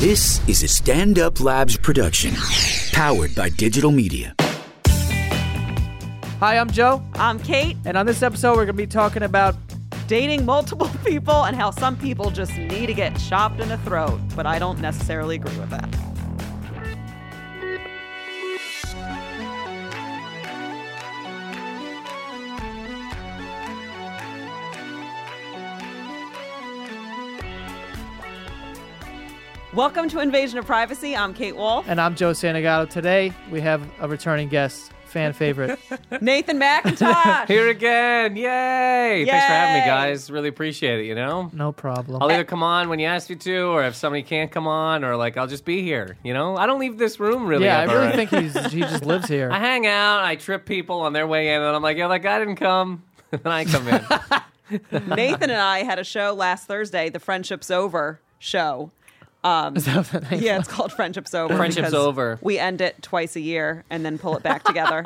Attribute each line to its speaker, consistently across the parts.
Speaker 1: This is a Stand Up Labs production, powered by digital media.
Speaker 2: Hi, I'm Joe,
Speaker 3: I'm Kate,
Speaker 2: and on this episode, we're going to be talking about.
Speaker 3: dating multiple people and how some people just need to get chopped in the throat, but I don't necessarily agree with that. Welcome to Invasion of Privacy. I'm Kate Wolf.
Speaker 2: And I'm Joe Santagato. Today, we have a returning guest, fan favorite.
Speaker 3: Nathan McIntosh.
Speaker 4: Here again. Yay. Thanks for having
Speaker 3: Yay.
Speaker 4: me, guys. Really appreciate it, you know?
Speaker 2: no problem.
Speaker 4: I'll either come on when you ask me to, or if somebody can't come on, or like I'll just be here, you know? I don't leave this room really.
Speaker 2: yeah, I
Speaker 4: ever.
Speaker 2: really think he's he just lives here.
Speaker 4: I hang out, I trip people on their way in, and I'm like, yeah, that guy didn't come. and I come in.
Speaker 3: Nathan and I had a show last Thursday, the Friendship's Over show. Um, yeah, it's called Friendship's Over.
Speaker 4: Friendship's
Speaker 3: because
Speaker 4: Over.
Speaker 3: We end it twice a year and then pull it back together.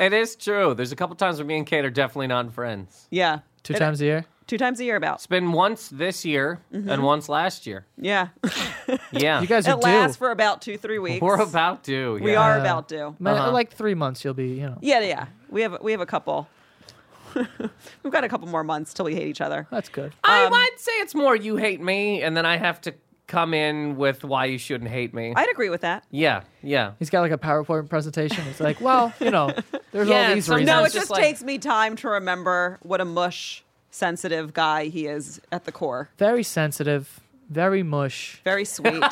Speaker 4: it is true. There's a couple times where me and Kate are definitely not friends.
Speaker 3: yeah.
Speaker 2: Two times a year.
Speaker 3: Two times a year, about.
Speaker 4: It's been once this year and once last year.
Speaker 3: Yeah.
Speaker 4: Yeah.
Speaker 2: Mm-hmm. You guys
Speaker 3: it
Speaker 2: are
Speaker 3: lasts
Speaker 2: due.
Speaker 3: for about two, three weeks.
Speaker 4: We're about to.
Speaker 3: We
Speaker 4: yeah.
Speaker 3: are about to.
Speaker 2: Man, uh, Like three months, you'll be, you know.
Speaker 3: Yeah, yeah. We have we have a couple. We've got a couple more months till we hate each other.
Speaker 2: That's good.
Speaker 4: I might say it's more you hate me, and then I have to come in with why you shouldn't hate me.
Speaker 3: I'd agree with that.
Speaker 4: yeah, yeah.
Speaker 2: He's got like a PowerPoint presentation. It's like, well, you know, there's all
Speaker 4: Yeah,
Speaker 2: these
Speaker 4: some-
Speaker 2: reasons.
Speaker 3: No,
Speaker 4: No,
Speaker 3: it
Speaker 4: it's
Speaker 3: just
Speaker 4: just like-
Speaker 3: takes me time to remember what a mush sensitive guy he is at the core.
Speaker 2: very sensitive, very mush.
Speaker 3: Very sweet.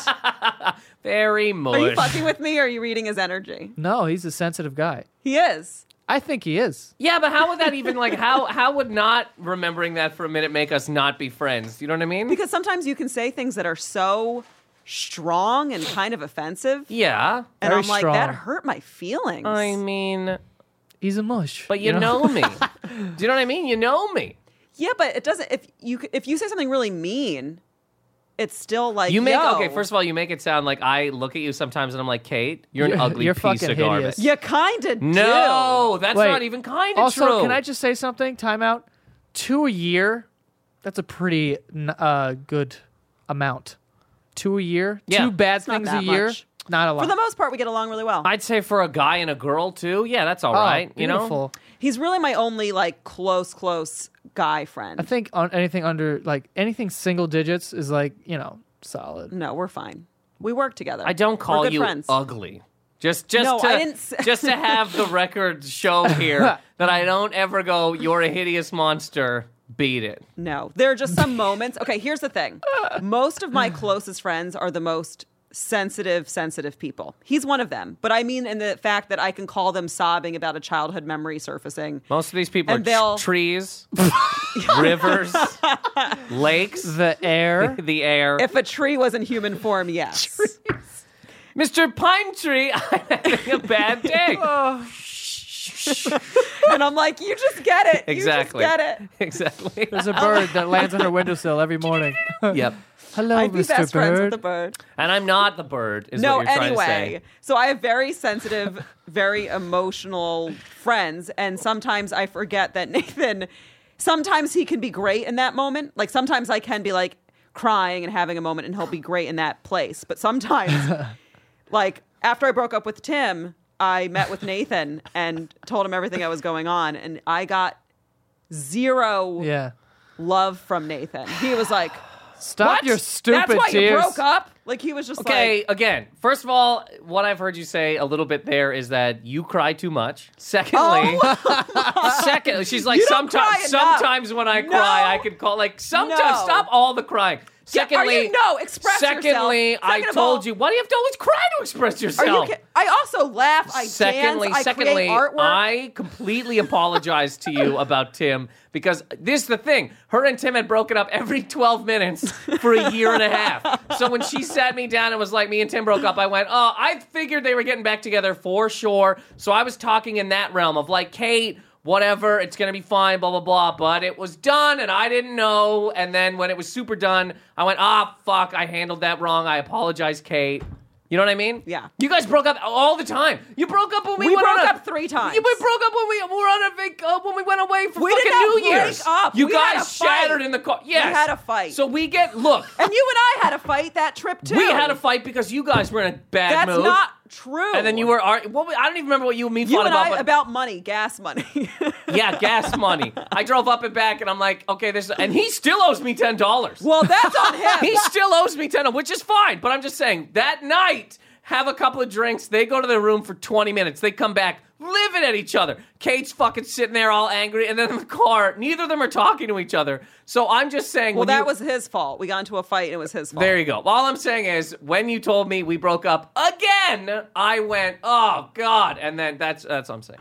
Speaker 4: Very much.
Speaker 3: Are you fucking with me or are you reading his energy?
Speaker 2: No, he's a sensitive guy.
Speaker 3: He is.
Speaker 2: I think he is.
Speaker 4: Yeah, but how would that even like how how would not remembering that for a minute make us not be friends? You know what I mean?
Speaker 3: Because sometimes you can say things that are so strong and kind of offensive.
Speaker 4: yeah,
Speaker 3: And
Speaker 2: Very
Speaker 3: I'm like,
Speaker 2: strong.
Speaker 3: that hurt my feelings.
Speaker 4: I mean,
Speaker 2: He's a mush.
Speaker 4: but you, know? me. Do you know what I mean? You know me.
Speaker 3: yeah, but it doesn't if you if you say something really mean, it's still like
Speaker 4: You make
Speaker 3: yo,
Speaker 4: okay. First of all, you make it sound like I look at you sometimes and I'm like, Kate, you're an
Speaker 2: You're-
Speaker 4: ugly
Speaker 2: you're
Speaker 4: piece
Speaker 2: fucking
Speaker 4: of garbage.
Speaker 2: hideous.
Speaker 3: You kinda do.
Speaker 4: No, that's
Speaker 2: Wait.
Speaker 4: not even kind of
Speaker 2: also,
Speaker 4: true.
Speaker 2: can I just say something? Timeout. Two a year. That's a pretty n- uh, good amount. Two a year.
Speaker 4: Yeah.
Speaker 2: Two bad
Speaker 3: not
Speaker 2: things a
Speaker 3: that
Speaker 2: year.
Speaker 3: much.
Speaker 2: Not a
Speaker 3: For
Speaker 2: lot.
Speaker 3: the most part, we get along really well.
Speaker 4: I'd say for a guy and a girl too. Yeah, that's all
Speaker 2: Oh,
Speaker 4: right. You know,
Speaker 2: beautiful.
Speaker 3: He's really my only like close, close guy friend.
Speaker 2: I think on anything under like anything single digits is like you know solid.
Speaker 3: no, we're fine. We work together.
Speaker 4: I don't call
Speaker 3: we're good
Speaker 4: you
Speaker 3: friends.
Speaker 4: ugly. Just, just,
Speaker 3: No,
Speaker 4: to,
Speaker 3: I didn't s-
Speaker 4: just to have the record show here that I don't ever go. You're a hideous monster. Beat it.
Speaker 3: No, there are just some moments. Okay, here's the thing. Most of my closest friends are the most sensitive, sensitive people. He's one of them, but I mean in the fact that I can call them sobbing about a childhood memory surfacing.
Speaker 4: Most of these people
Speaker 3: And
Speaker 4: are
Speaker 3: they'll-
Speaker 4: tr- trees, rivers, lakes,
Speaker 2: The air.
Speaker 4: the air.
Speaker 3: If a tree was in human form, yes.
Speaker 4: Mr. Pine Tree, I'm having a bad day.
Speaker 3: And I'm like, you just get it.
Speaker 4: exactly.
Speaker 3: You just get it.
Speaker 4: Exactly.
Speaker 2: There's a
Speaker 3: Oh.
Speaker 2: bird that lands on her windowsill every morning.
Speaker 4: yep.
Speaker 2: Hello,
Speaker 3: I'd be
Speaker 2: Mr.
Speaker 3: best friends with
Speaker 2: Bird.
Speaker 3: the bird.
Speaker 4: And I'm not the bird. Is
Speaker 3: no,
Speaker 4: what you're trying to
Speaker 3: anyway.
Speaker 4: say.
Speaker 3: So I have very sensitive, very emotional friends, and sometimes I forget that Nathan. Sometimes he can be great in that moment. Like sometimes I can be like crying and having a moment, and he'll be great in that place. But sometimes, like after I broke up with Tim, I met with Nathan and told him everything that was going on, and I got zero
Speaker 2: yeah.
Speaker 3: love from Nathan. He was like,
Speaker 2: Stop
Speaker 4: What?
Speaker 2: your
Speaker 4: That's
Speaker 2: stupid
Speaker 3: That's why
Speaker 2: tears.
Speaker 3: you broke up. Like he was just
Speaker 4: Okay,
Speaker 3: like,
Speaker 4: again, first of all, what I've heard you say a little bit there is that you cry too much. Secondly, second, she's like
Speaker 3: Oh. You don't cry
Speaker 4: sometimes
Speaker 3: enough."
Speaker 4: sometimes when I
Speaker 3: No.
Speaker 4: cry, I could call like sometimes
Speaker 3: No.
Speaker 4: stop all the crying.
Speaker 3: Yeah, are you-
Speaker 4: Secondly,
Speaker 3: no, express yourself.
Speaker 4: Secondly, I
Speaker 3: Second of
Speaker 4: told
Speaker 3: all-
Speaker 4: you, why do you have to always cry to express
Speaker 3: "Are you
Speaker 4: yourself?
Speaker 3: ki- I also laugh. I
Speaker 4: secondly,
Speaker 3: dance. I
Speaker 4: secondly,
Speaker 3: create artwork.
Speaker 4: I completely apologize to you about Tim because this is the thing. Her and Tim had broken up every 12 minutes for a year and a half. So when she sat me down and was like, me and Tim broke up, I went, oh, I figured they were getting back together for sure. So I was talking in that realm of like, Kate, whatever, it's going to be fine, blah, blah, blah. But it was done and I didn't know. And then when it was super done, I went, ah, fuck, I handled that wrong. I apologize, Kate. You know what I mean?
Speaker 3: Yeah.
Speaker 4: You guys broke up all the time. You broke up when we,
Speaker 3: We
Speaker 4: went on
Speaker 3: broke
Speaker 4: a-
Speaker 3: up three times.
Speaker 4: Yeah, we broke up when we were on a vac- uh, when we went away for
Speaker 3: We
Speaker 4: fucking
Speaker 3: did not
Speaker 4: New
Speaker 3: break
Speaker 4: Year's.
Speaker 3: up.
Speaker 4: You
Speaker 3: We
Speaker 4: guys
Speaker 3: had a fight.
Speaker 4: shattered in the car. Yes,
Speaker 3: had a fight.
Speaker 4: So we get look.
Speaker 3: and you and I had a fight that trip too.
Speaker 4: we had a fight because you guys were in a bad
Speaker 3: That's
Speaker 4: mood.
Speaker 3: not true.
Speaker 4: and then you were ar- what, I don't even remember what you and me
Speaker 3: you
Speaker 4: fought
Speaker 3: and
Speaker 4: about.
Speaker 3: I
Speaker 4: but-
Speaker 3: about money, gas money.
Speaker 4: yeah, gas money. I drove up and back, and I'm like, okay, this. And he still owes me ten dollars.
Speaker 3: well, that's on him.
Speaker 4: he still owes me ten, which is fine. But I'm just saying that night, have a couple of drinks. They go to their room for 20 minutes. They come back living at each other. Kate's fucking sitting there all angry, and then in the car, neither of them are talking to each other. So I'm just saying.
Speaker 3: well,
Speaker 4: when
Speaker 3: that
Speaker 4: you-
Speaker 3: was his fault. We got into a fight, and it was his fault.
Speaker 4: There you go. All I'm saying is, when you told me we broke up again, I went, "Oh God!" And then that's that's what I'm saying.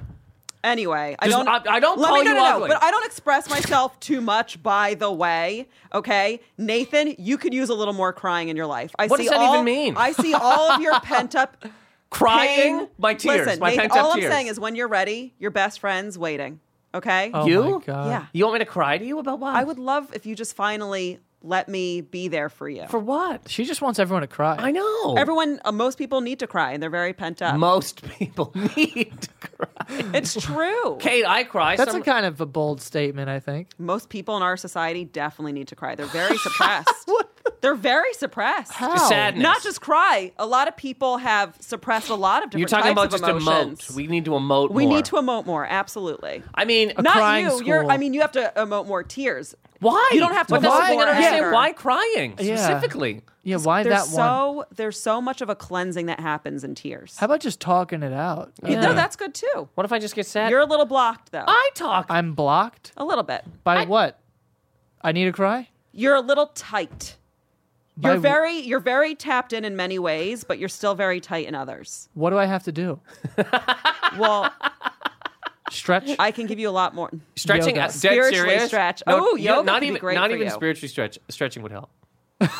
Speaker 3: Anyway, I
Speaker 4: Just-
Speaker 3: don't.
Speaker 4: I- I don't
Speaker 3: let
Speaker 4: call
Speaker 3: me, no,
Speaker 4: you
Speaker 3: no, no,
Speaker 4: ugly.
Speaker 3: but I don't express myself too much. By the way, okay, Nathan, you could use a little more crying in your life. I
Speaker 4: What
Speaker 3: see
Speaker 4: does that
Speaker 3: all,
Speaker 4: even mean?
Speaker 3: I see all of your pent up
Speaker 4: Crying, my tears,
Speaker 3: Listen,
Speaker 4: my
Speaker 3: Nathan,
Speaker 4: pent up
Speaker 3: all
Speaker 4: tears.
Speaker 3: I'm saying is, when you're ready, your best friend's waiting. Okay.
Speaker 2: Oh
Speaker 4: You?
Speaker 2: my God.
Speaker 3: yeah.
Speaker 4: you want me to cry to you about what?
Speaker 3: I would love if you just finally let me be there for you.
Speaker 4: for what?
Speaker 2: She just wants everyone to cry.
Speaker 4: I know.
Speaker 3: Everyone, uh, most people need to cry, and they're very pent up.
Speaker 4: Most people need to cry.
Speaker 3: it's true.
Speaker 4: Kate, I cry.
Speaker 2: That's
Speaker 4: some-
Speaker 2: a kind of a bold statement, I think.
Speaker 3: Most people in our society definitely need to cry. They're very suppressed. They're very suppressed.
Speaker 2: How?
Speaker 4: sadness.
Speaker 3: Not just cry. A lot of people have suppressed a lot of different.
Speaker 4: You're talking about
Speaker 3: types
Speaker 4: just
Speaker 3: of emotions.
Speaker 4: emote. We need to emote.
Speaker 3: We
Speaker 4: more.
Speaker 3: need to emote more. Absolutely.
Speaker 4: I mean,
Speaker 3: Not
Speaker 2: crying
Speaker 3: you. You're.
Speaker 2: school.
Speaker 3: I mean, you have to emote more tears.
Speaker 4: why?
Speaker 3: You don't have to
Speaker 4: But that's the
Speaker 3: emote
Speaker 4: thing I
Speaker 3: more
Speaker 4: don't understand.
Speaker 3: anger.
Speaker 4: Why crying
Speaker 2: Yeah.
Speaker 4: specifically?
Speaker 2: Yeah, why
Speaker 3: There's
Speaker 2: that
Speaker 3: so
Speaker 2: one?
Speaker 3: there's so much of a cleansing that happens in tears.
Speaker 2: How about just talking it out?
Speaker 3: You know, that's good too.
Speaker 4: What if I just get sad?
Speaker 3: You're a little blocked though.
Speaker 4: I talk.
Speaker 2: I'm blocked
Speaker 3: a little bit.
Speaker 2: by what? I need to cry?
Speaker 3: You're a little tight.
Speaker 2: By
Speaker 3: You're
Speaker 2: wh-
Speaker 3: very you're very tapped in in many ways, but you're still very tight in others.
Speaker 2: What do I have to do?
Speaker 3: Well,
Speaker 2: Stretch?
Speaker 3: I can give you a lot more.
Speaker 4: Stretching.
Speaker 2: Yoga.
Speaker 4: uh, dead
Speaker 3: Spiritually
Speaker 4: serious?
Speaker 3: stretch.
Speaker 4: No,
Speaker 3: Ooh,
Speaker 4: you know,
Speaker 3: yoga
Speaker 4: Not
Speaker 3: could be
Speaker 4: even.
Speaker 3: great
Speaker 4: not
Speaker 3: for
Speaker 4: even
Speaker 3: you.
Speaker 4: spiritually stretch. Stretching would help.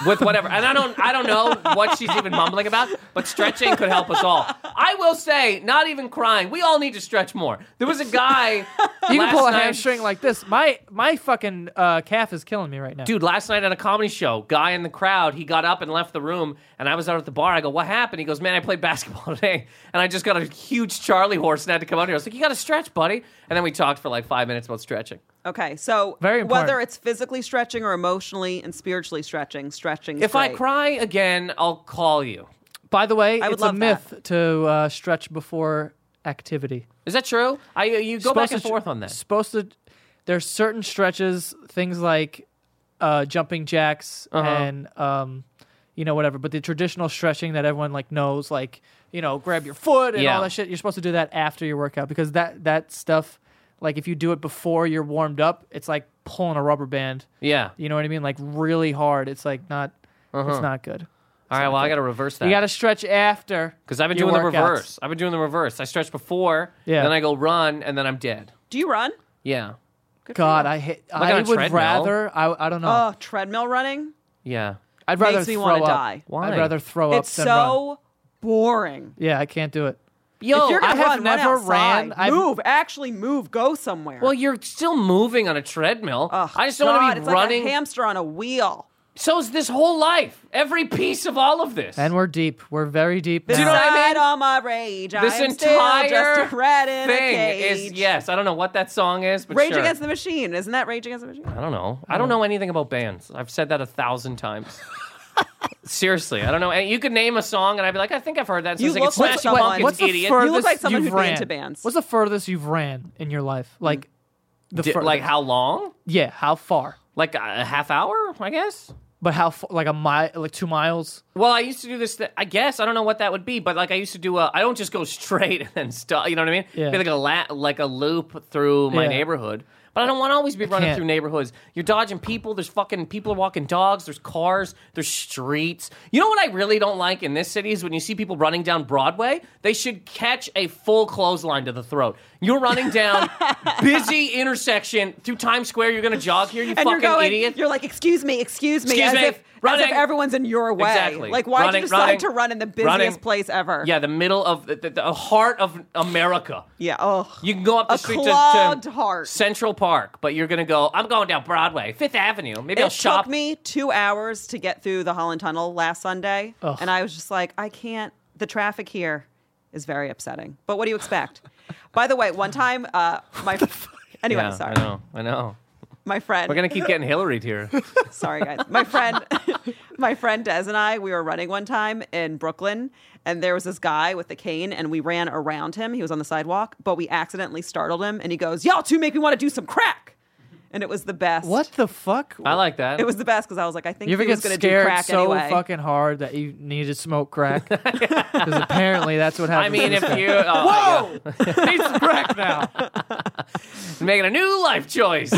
Speaker 4: With whatever, and I don't, I don't know what she's even mumbling about, but stretching could help us all. I will say, not even crying, we all need to stretch more. There was a guy.
Speaker 2: you can
Speaker 4: last
Speaker 2: pull a
Speaker 4: night-
Speaker 2: hamstring like this. My my fucking uh, calf is killing me right now.
Speaker 4: Dude, last night at a comedy show, guy in the crowd, he got up and left the room, and I was out at the bar. I go, "What happened?" He goes, "Man, I played basketball today, and I just got a huge Charlie horse and had to come out here." I was like, "You got to stretch, buddy." And then we talked for like five minutes about stretching.
Speaker 3: Okay, so
Speaker 2: Very important.
Speaker 3: whether it's physically stretching or emotionally and spiritually stretching, stretching.
Speaker 4: If I cry again, I'll call you.
Speaker 2: By the way,
Speaker 3: I would
Speaker 2: it's a
Speaker 3: love that.
Speaker 2: myth to uh, stretch before activity.
Speaker 4: Is that true? I uh, you go back
Speaker 2: Supposed
Speaker 4: and
Speaker 2: to-
Speaker 4: forth on that.
Speaker 2: Supposed to. There's certain stretches, things like uh, jumping jacks
Speaker 4: Uh-huh.
Speaker 2: and um, you know whatever. But the traditional stretching that everyone like knows, like you know, grab your foot and
Speaker 4: Yeah.
Speaker 2: all that shit. You're supposed to do that after your workout because that that stuff, like if you do it before you're warmed up, it's like pulling a rubber band.
Speaker 4: Yeah.
Speaker 2: You know what I mean? Like really hard. It's like not. It's not good.
Speaker 4: All right. Well, I got to reverse Uh-huh. that.
Speaker 2: You got to stretch after
Speaker 4: because I've been
Speaker 2: your
Speaker 4: doing the
Speaker 2: workouts.
Speaker 4: reverse. I've been doing the reverse. I stretch before,
Speaker 2: Yeah.
Speaker 4: then I go run, and then I'm dead.
Speaker 3: do you run?
Speaker 4: Yeah.
Speaker 2: God, I hate.
Speaker 4: on
Speaker 2: I
Speaker 4: a
Speaker 2: would
Speaker 4: treadmill. Uh,
Speaker 2: rather. I, I don't know.
Speaker 3: Oh, treadmill running.
Speaker 4: Yeah.
Speaker 2: I'd rather
Speaker 3: makes me
Speaker 2: throw
Speaker 3: wanna
Speaker 2: up.
Speaker 3: die.
Speaker 4: Why?
Speaker 2: I'd rather throw
Speaker 3: It's
Speaker 2: up than run.
Speaker 3: so boring.
Speaker 2: Yeah, I can't do it.
Speaker 4: Yo,
Speaker 3: if you're gonna
Speaker 4: I
Speaker 2: have
Speaker 3: run, run
Speaker 2: never
Speaker 3: outside.
Speaker 2: ran. I've-
Speaker 3: move, actually move, go somewhere.
Speaker 4: Well, you're still moving on a treadmill.
Speaker 3: Ugh,
Speaker 4: I just don't want
Speaker 3: Oh, God,
Speaker 4: to
Speaker 3: it's
Speaker 4: be running.
Speaker 3: like a hamster on a wheel.
Speaker 4: so is this whole life. Every piece of all of this.
Speaker 2: And we're deep. We're very deep.
Speaker 3: This
Speaker 4: you
Speaker 2: now.
Speaker 4: know what I mean?
Speaker 3: all my rage.
Speaker 4: this
Speaker 3: I am
Speaker 4: entire
Speaker 3: still just a rat in a
Speaker 4: thing
Speaker 3: cage.
Speaker 4: is yes. I don't know what that song is, but
Speaker 3: Rage
Speaker 4: sure.
Speaker 3: Against the Hmm. Machine. Isn't that Rage Against the Machine?
Speaker 4: I don't know. I don't know anything about bands. I've said that a thousand times. Seriously, I don't know. And you could name a song, and I'd be like, I think I've heard that.
Speaker 3: You
Speaker 4: Since
Speaker 3: look
Speaker 4: it's
Speaker 3: like
Speaker 4: Smashing
Speaker 3: someone-
Speaker 4: Pumpkins,
Speaker 3: What's the
Speaker 4: idiot.
Speaker 3: fir- You look like someone
Speaker 2: you've
Speaker 3: who'd be
Speaker 2: ran?
Speaker 3: into bands. Hmm.
Speaker 2: What's the furthest you've ran in your life? Like the
Speaker 4: Di-
Speaker 2: furthest.
Speaker 4: like how long?
Speaker 2: Yeah, how far?
Speaker 4: Like a a half hour, I guess.
Speaker 2: But how f- like a mile, like two miles?
Speaker 4: Well, I used to do this. Th- I guess I don't know what that would be, but like I used to do. I I don't just go straight and then stop. You know what I mean?
Speaker 2: Yeah.
Speaker 4: Be like a la- like a loop through my
Speaker 2: Yeah.
Speaker 4: neighborhood. But I don't want to always be running
Speaker 2: can't.
Speaker 4: through neighborhoods. You're dodging people. There's fucking people are walking dogs. There's cars. There's streets. You know what I really don't like in this city is when you see people running down Broadway. They should catch a full clothesline to the throat. You're running down busy intersection through Times Square. You're gonna jog here. You
Speaker 3: and
Speaker 4: fucking
Speaker 3: you're going,
Speaker 4: idiot.
Speaker 3: you're like, excuse me, excuse me,
Speaker 4: Excuse
Speaker 3: as
Speaker 4: me,
Speaker 3: if as if
Speaker 4: running.
Speaker 3: everyone's in your way.
Speaker 4: Exactly.
Speaker 3: Like, why would you
Speaker 4: Running,
Speaker 3: decide
Speaker 4: running,
Speaker 3: to run in the busiest
Speaker 4: running.
Speaker 3: place ever?
Speaker 4: yeah, the middle of the, the, the heart of America.
Speaker 3: yeah. Oh,
Speaker 4: You can go up the
Speaker 3: A
Speaker 4: street to,
Speaker 3: clogged
Speaker 4: to
Speaker 3: heart.
Speaker 4: Central Park, but you're gonna go. I'm going down Broadway, Fifth Avenue. Maybe I'll
Speaker 3: it
Speaker 4: shop.
Speaker 3: took me two hours to get through the Holland Tunnel last Sunday, and I was just like, I can't. The traffic here is very upsetting. But what do you expect? By the way, one time, uh, my anyway,
Speaker 4: Yeah,
Speaker 3: sorry,
Speaker 4: I know. I know.
Speaker 3: my friend.
Speaker 4: We're gonna keep getting Hillary here.
Speaker 3: Sorry, guys. My friend, my friend Des and I, we were running one time in Brooklyn, and there was this guy with a cane, and we ran around him. He was on the sidewalk, but we accidentally startled him, and he goes, "Y'all two make me want to do some crack," and it was the best.
Speaker 2: What the fuck?
Speaker 4: I like that.
Speaker 3: It was the best because I was like, I think
Speaker 2: You ever
Speaker 3: he was
Speaker 2: get
Speaker 3: going to do
Speaker 2: scared
Speaker 3: crack
Speaker 2: so
Speaker 3: anyway.
Speaker 2: fucking hard that you need to smoke crack? Because apparently that's what
Speaker 4: I
Speaker 2: happens.
Speaker 4: mean,
Speaker 2: to
Speaker 4: if
Speaker 2: this
Speaker 4: you oh,
Speaker 2: guy. need some crack now.
Speaker 4: yeah. making a new life choice,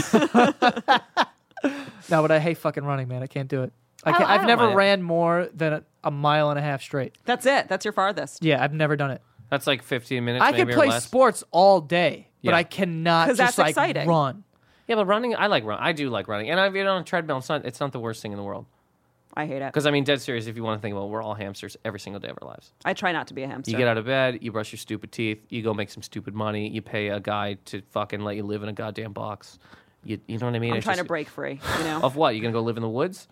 Speaker 2: No, but I hate fucking running, man. I can't do it.
Speaker 3: Oh,
Speaker 2: I can't,
Speaker 4: I
Speaker 2: I've
Speaker 4: don't
Speaker 2: never
Speaker 4: mind it.
Speaker 2: ran more than a, a mile and a half straight.
Speaker 3: That's it. That's your farthest.
Speaker 2: Yeah, I've never done it.
Speaker 4: that's like 15 minutes.
Speaker 2: I
Speaker 4: maybe
Speaker 2: can
Speaker 4: or
Speaker 2: play
Speaker 4: less.
Speaker 2: sports all day, but
Speaker 4: Yeah.
Speaker 2: I cannot
Speaker 3: 'Cause that's
Speaker 2: just like
Speaker 3: exciting.
Speaker 2: run.
Speaker 4: Yeah, but running, I like run. I do like running, and I've been on a treadmill. It's not. It's not the worst thing in the world.
Speaker 3: I hate it.
Speaker 4: Because I mean, dead serious. If you want to think about, it, we're all hamsters every single day of our lives.
Speaker 3: I try not to be a hamster.
Speaker 4: You get out of bed, you brush your stupid teeth, you go make some stupid money, you pay a guy to fucking let you live in a goddamn box. You, you know what I mean?
Speaker 3: I'm
Speaker 4: It's
Speaker 3: trying
Speaker 4: just-
Speaker 3: to break free. You know.
Speaker 4: Of what? You gonna go live in the woods?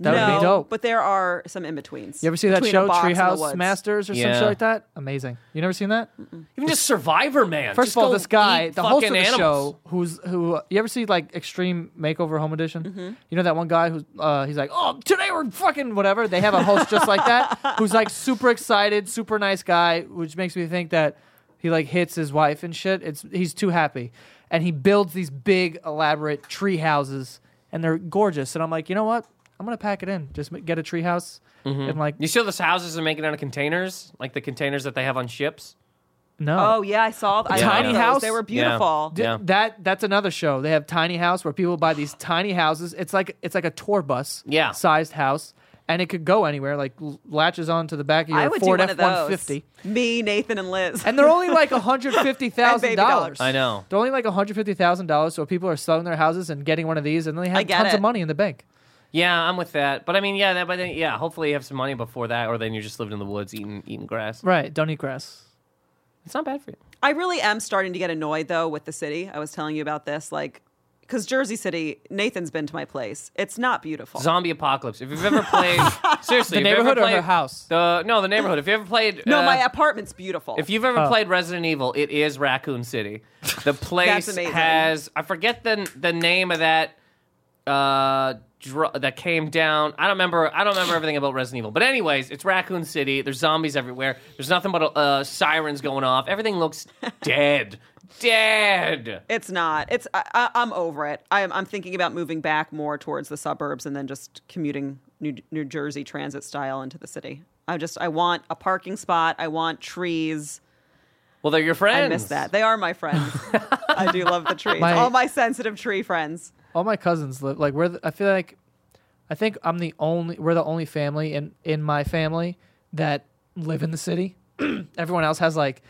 Speaker 2: That
Speaker 3: no,
Speaker 2: would be dope.
Speaker 3: But there are some in betweens.
Speaker 2: You ever see that show Treehouse
Speaker 3: Master?
Speaker 2: Masters or some
Speaker 4: Yeah.
Speaker 2: shit like that? Amazing. You never seen that?
Speaker 4: Even just Survivor Man.
Speaker 2: First
Speaker 4: Just
Speaker 2: of all,
Speaker 4: go
Speaker 2: this guy,
Speaker 4: eat
Speaker 2: the host of
Speaker 4: fucking
Speaker 2: the
Speaker 4: animals.
Speaker 2: show, who's who? You ever see like Extreme Makeover Home Edition?
Speaker 4: Mm-hmm.
Speaker 2: You know that one guy who's uh, he's like, oh, today we're fucking whatever. They have a host just like that, who's like super excited, super nice guy, which makes me think that he like hits his wife and shit. It's he's too happy, and he builds these big elaborate tree houses, and they're gorgeous. And I'm like, you know what? I'm gonna pack it in. Just m- get a tree house. And like,
Speaker 4: Mm-hmm. You see those houses are making out of containers, like the containers that they have on ships.
Speaker 2: no,
Speaker 3: Oh yeah, I saw. I
Speaker 4: Yeah.
Speaker 3: saw
Speaker 4: Tiny
Speaker 3: those.
Speaker 2: house?
Speaker 3: They were
Speaker 4: Yeah.
Speaker 3: beautiful.
Speaker 4: Yeah.
Speaker 2: That that's another show. They have tiny house where people buy these tiny houses. It's like it's like a tour bus,
Speaker 4: Yeah.
Speaker 2: sized house, and it could go anywhere. Like l- latches on to the back of your
Speaker 3: I would
Speaker 2: Ford
Speaker 3: do one of
Speaker 2: F one
Speaker 3: those.
Speaker 2: fifty,
Speaker 3: Me, Nathan, and Liz.
Speaker 2: and they're only like hundred fifty thousand dollars.
Speaker 3: dollars.
Speaker 4: I know.
Speaker 2: They're only like hundred fifty thousand dollars. So people are selling their houses and getting one of these, and they have
Speaker 3: get
Speaker 2: tons
Speaker 3: it.
Speaker 2: of money in the bank.
Speaker 4: Yeah, I'm with that. But I mean, yeah, that, but then, yeah, hopefully you have some money before that, or then you're just living in the woods eating eating grass.
Speaker 2: Right? Don't eat grass.
Speaker 4: It's not bad for you.
Speaker 3: I really am starting to get annoyed though with the city. I was telling you about this, like, because Jersey City. Nathan's been to my place. It's not beautiful.
Speaker 4: Zombie apocalypse. If you've ever played, seriously,
Speaker 2: The
Speaker 4: if you've ever
Speaker 2: neighborhood or her
Speaker 4: played-
Speaker 2: house?
Speaker 4: The no, the neighborhood. If you ever played,
Speaker 3: no,
Speaker 4: uh,
Speaker 3: my apartment's beautiful.
Speaker 4: If you've ever played Resident Evil, it is Raccoon City. The place
Speaker 3: amazing.
Speaker 4: has I forget the the name of that uh dr- that came down. I don't remember I don't remember everything about Resident Evil. But anyways, it's Raccoon City. There's zombies everywhere. There's nothing but uh sirens going off. Everything looks dead. dead.
Speaker 3: It's not. It's I, I, I'm over it. I'm I'm thinking about moving back more towards the suburbs and then just commuting New New Jersey transit style into the city. I just I want a parking spot. I want trees.
Speaker 4: Well, they're your friends.
Speaker 3: I miss that. They are my friends. I do love the trees.
Speaker 2: My-
Speaker 3: All my sensitive tree friends.
Speaker 2: All my cousins live like we're. The, I feel like, I think I'm the only. We're the only family in in my family that live in the city. Everyone else has like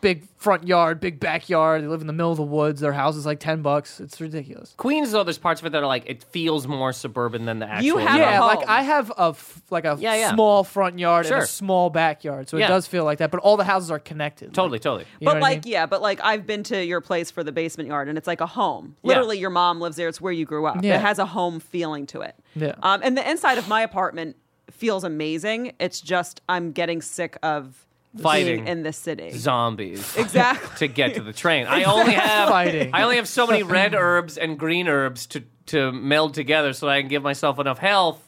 Speaker 2: big front yard, big backyard. They live in the middle of the woods. Their house is like ten bucks. It's ridiculous.
Speaker 4: Queens though, there's parts of it that are like it feels more suburban than the actual.
Speaker 3: have
Speaker 4: suburb.
Speaker 3: a
Speaker 2: Yeah,
Speaker 3: home.
Speaker 2: like I have a f- like a
Speaker 4: Yeah, yeah.
Speaker 2: small front yard and
Speaker 4: Sure.
Speaker 2: a small backyard, so
Speaker 4: Yeah.
Speaker 2: it does feel like that. But all the houses are connected.
Speaker 4: totally, totally.
Speaker 2: You know
Speaker 3: but
Speaker 2: what I
Speaker 3: like
Speaker 2: mean?
Speaker 3: yeah, but like I've been to your place for the basement yard and it's like a home.
Speaker 4: Yeah.
Speaker 3: Literally your mom lives there. It's where you grew up.
Speaker 2: Yeah.
Speaker 3: It has a home feeling to it.
Speaker 2: Yeah.
Speaker 3: Um and the inside of my apartment feels amazing. It's just I'm getting sick of
Speaker 4: Fighting.
Speaker 3: being in the city.
Speaker 4: Zombies.
Speaker 3: Exactly.
Speaker 4: to get to the train. I only have
Speaker 2: Fighting.
Speaker 4: I only have so many red herbs and green herbs to to meld together so that I can give myself enough health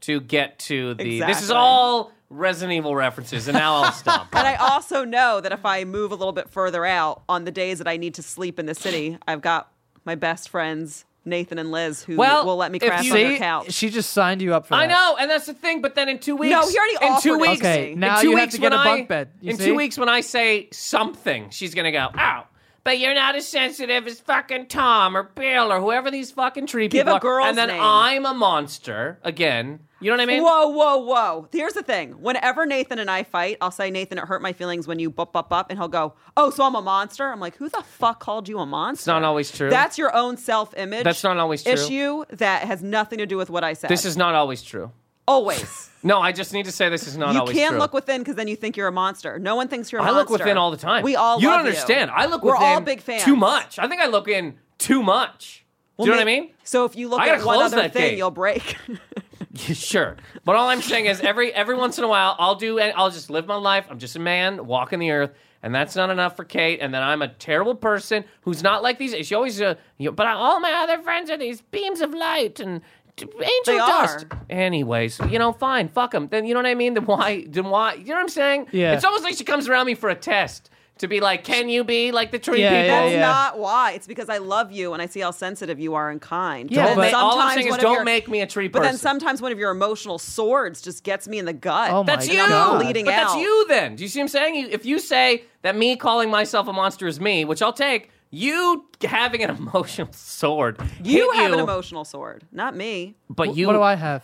Speaker 4: to get to the. This is
Speaker 3: Exactly.
Speaker 4: all Resident Evil references, and now I'll stop.
Speaker 3: And I also know that if I move a little bit further out on the days that I need to sleep in the city, I've got my best friend's Nathan and Liz who
Speaker 4: Well,
Speaker 3: will let me
Speaker 4: if
Speaker 3: crash
Speaker 4: you-
Speaker 3: on their
Speaker 2: See,
Speaker 3: couch.
Speaker 2: she just signed you up for
Speaker 4: I
Speaker 2: that.
Speaker 4: know, and that's the thing. But then in two weeks,
Speaker 3: he already
Speaker 4: in two
Speaker 3: offered it to
Speaker 4: weeks,
Speaker 3: Okay, me.
Speaker 4: in
Speaker 2: now
Speaker 4: two
Speaker 2: you have
Speaker 4: weeks
Speaker 2: to get
Speaker 4: when
Speaker 2: a bunk
Speaker 4: I-
Speaker 2: bed, you
Speaker 4: in
Speaker 2: see?
Speaker 4: two weeks, when I say something, she's gonna go, "Ow." But you're not as sensitive as fucking Tom or Bill or whoever these fucking tree
Speaker 3: Give
Speaker 4: people
Speaker 3: a
Speaker 4: are.
Speaker 3: girl's
Speaker 4: and then
Speaker 3: name.
Speaker 4: I'm a monster again. You know what I mean?
Speaker 3: Whoa, whoa, whoa. Here's the thing. Whenever Nathan and I fight, I'll say, Nathan, it hurt my feelings when you bup, bup, bup. And he'll go, Oh, so I'm a monster? I'm like, Who the fuck called you a monster? It's
Speaker 4: not always true.
Speaker 3: That's your own self image.
Speaker 4: That's not always true.
Speaker 3: Issue that has nothing to do with what I said.
Speaker 4: This is not always true.
Speaker 3: always.
Speaker 4: No, I just need to say this is not
Speaker 3: you
Speaker 4: always
Speaker 3: can't
Speaker 4: true.
Speaker 3: look within because then you think you're a monster. No one thinks you're a
Speaker 4: I look
Speaker 3: monster.
Speaker 4: within all the time.
Speaker 3: We all
Speaker 4: You
Speaker 3: love
Speaker 4: don't understand. I look
Speaker 3: We're
Speaker 4: within
Speaker 3: all big fans.
Speaker 4: too much. I think I look in too much. Do you know
Speaker 3: Well,
Speaker 4: what I
Speaker 3: ma-
Speaker 4: mean?
Speaker 3: So if you look
Speaker 4: I gotta
Speaker 3: at one
Speaker 4: close
Speaker 3: other
Speaker 4: that
Speaker 3: thing,
Speaker 4: gate.
Speaker 3: you'll break.
Speaker 4: sure. But all I'm saying is every every once in a while I'll do and I'll just live my life. I'm just a man walking the earth, and that's not enough for Kate. And then I'm a terrible person who's not like these. She always, uh, you know, but all my other friends are these beams of light and d- angel
Speaker 3: They
Speaker 4: dust.
Speaker 3: are.
Speaker 4: Anyways, you know, fine, fuck them. Then you know what I mean. Then why? Then why? You know what I'm saying?
Speaker 2: Yeah.
Speaker 4: It's almost like she comes around me for a test to be like, can you be like the tree
Speaker 2: Yeah,
Speaker 4: people?
Speaker 2: yeah,
Speaker 3: That's
Speaker 2: yeah.
Speaker 3: not why. It's because I love you and I see how sensitive you are and kind.
Speaker 2: Yeah,
Speaker 3: But
Speaker 2: but-
Speaker 3: then
Speaker 4: all I'm
Speaker 3: sometimes
Speaker 4: saying is
Speaker 3: one of
Speaker 4: don't
Speaker 3: your-
Speaker 4: make me a tree
Speaker 3: But
Speaker 4: person.
Speaker 3: then sometimes one of your emotional swords just gets me in the gut.
Speaker 2: Oh my
Speaker 4: That's
Speaker 2: Like,
Speaker 4: you.
Speaker 2: I'm not
Speaker 3: bleeding
Speaker 4: but that's
Speaker 3: out.
Speaker 4: you then. Do you see what I'm saying? You- If you say that me calling myself a monster is me, which I'll take, you having an emotional sword.
Speaker 3: you
Speaker 4: hit
Speaker 3: have
Speaker 4: you,
Speaker 3: an emotional sword, not me.
Speaker 4: But you.
Speaker 2: What do I have?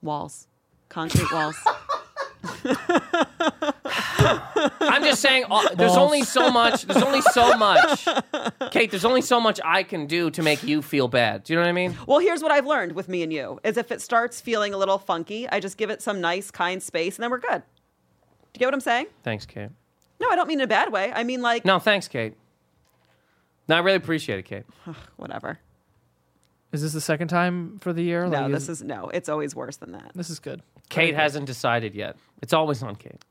Speaker 3: Walls, concrete walls.
Speaker 4: I'm just saying. uh, there's
Speaker 2: Balls.
Speaker 4: only so much. There's only so much. Kate, there's only so much I can do to make you feel bad. Do you know what I mean?
Speaker 3: well, here's what I've learned with me and you: is if it starts feeling a little funky, I just give it some nice, kind space, and then we're good. Do you get what I'm saying?
Speaker 4: Thanks, Kate.
Speaker 3: No, I don't mean in a bad way. I mean like
Speaker 4: No, thanks, Kate. No, I really appreciate it, Kate.
Speaker 3: whatever.
Speaker 2: Is this the second time for the year?
Speaker 3: No,
Speaker 2: Like,
Speaker 3: this is no. It's always worse than that.
Speaker 2: this is good.
Speaker 4: Kate hasn't decided yet. It's always on Kate.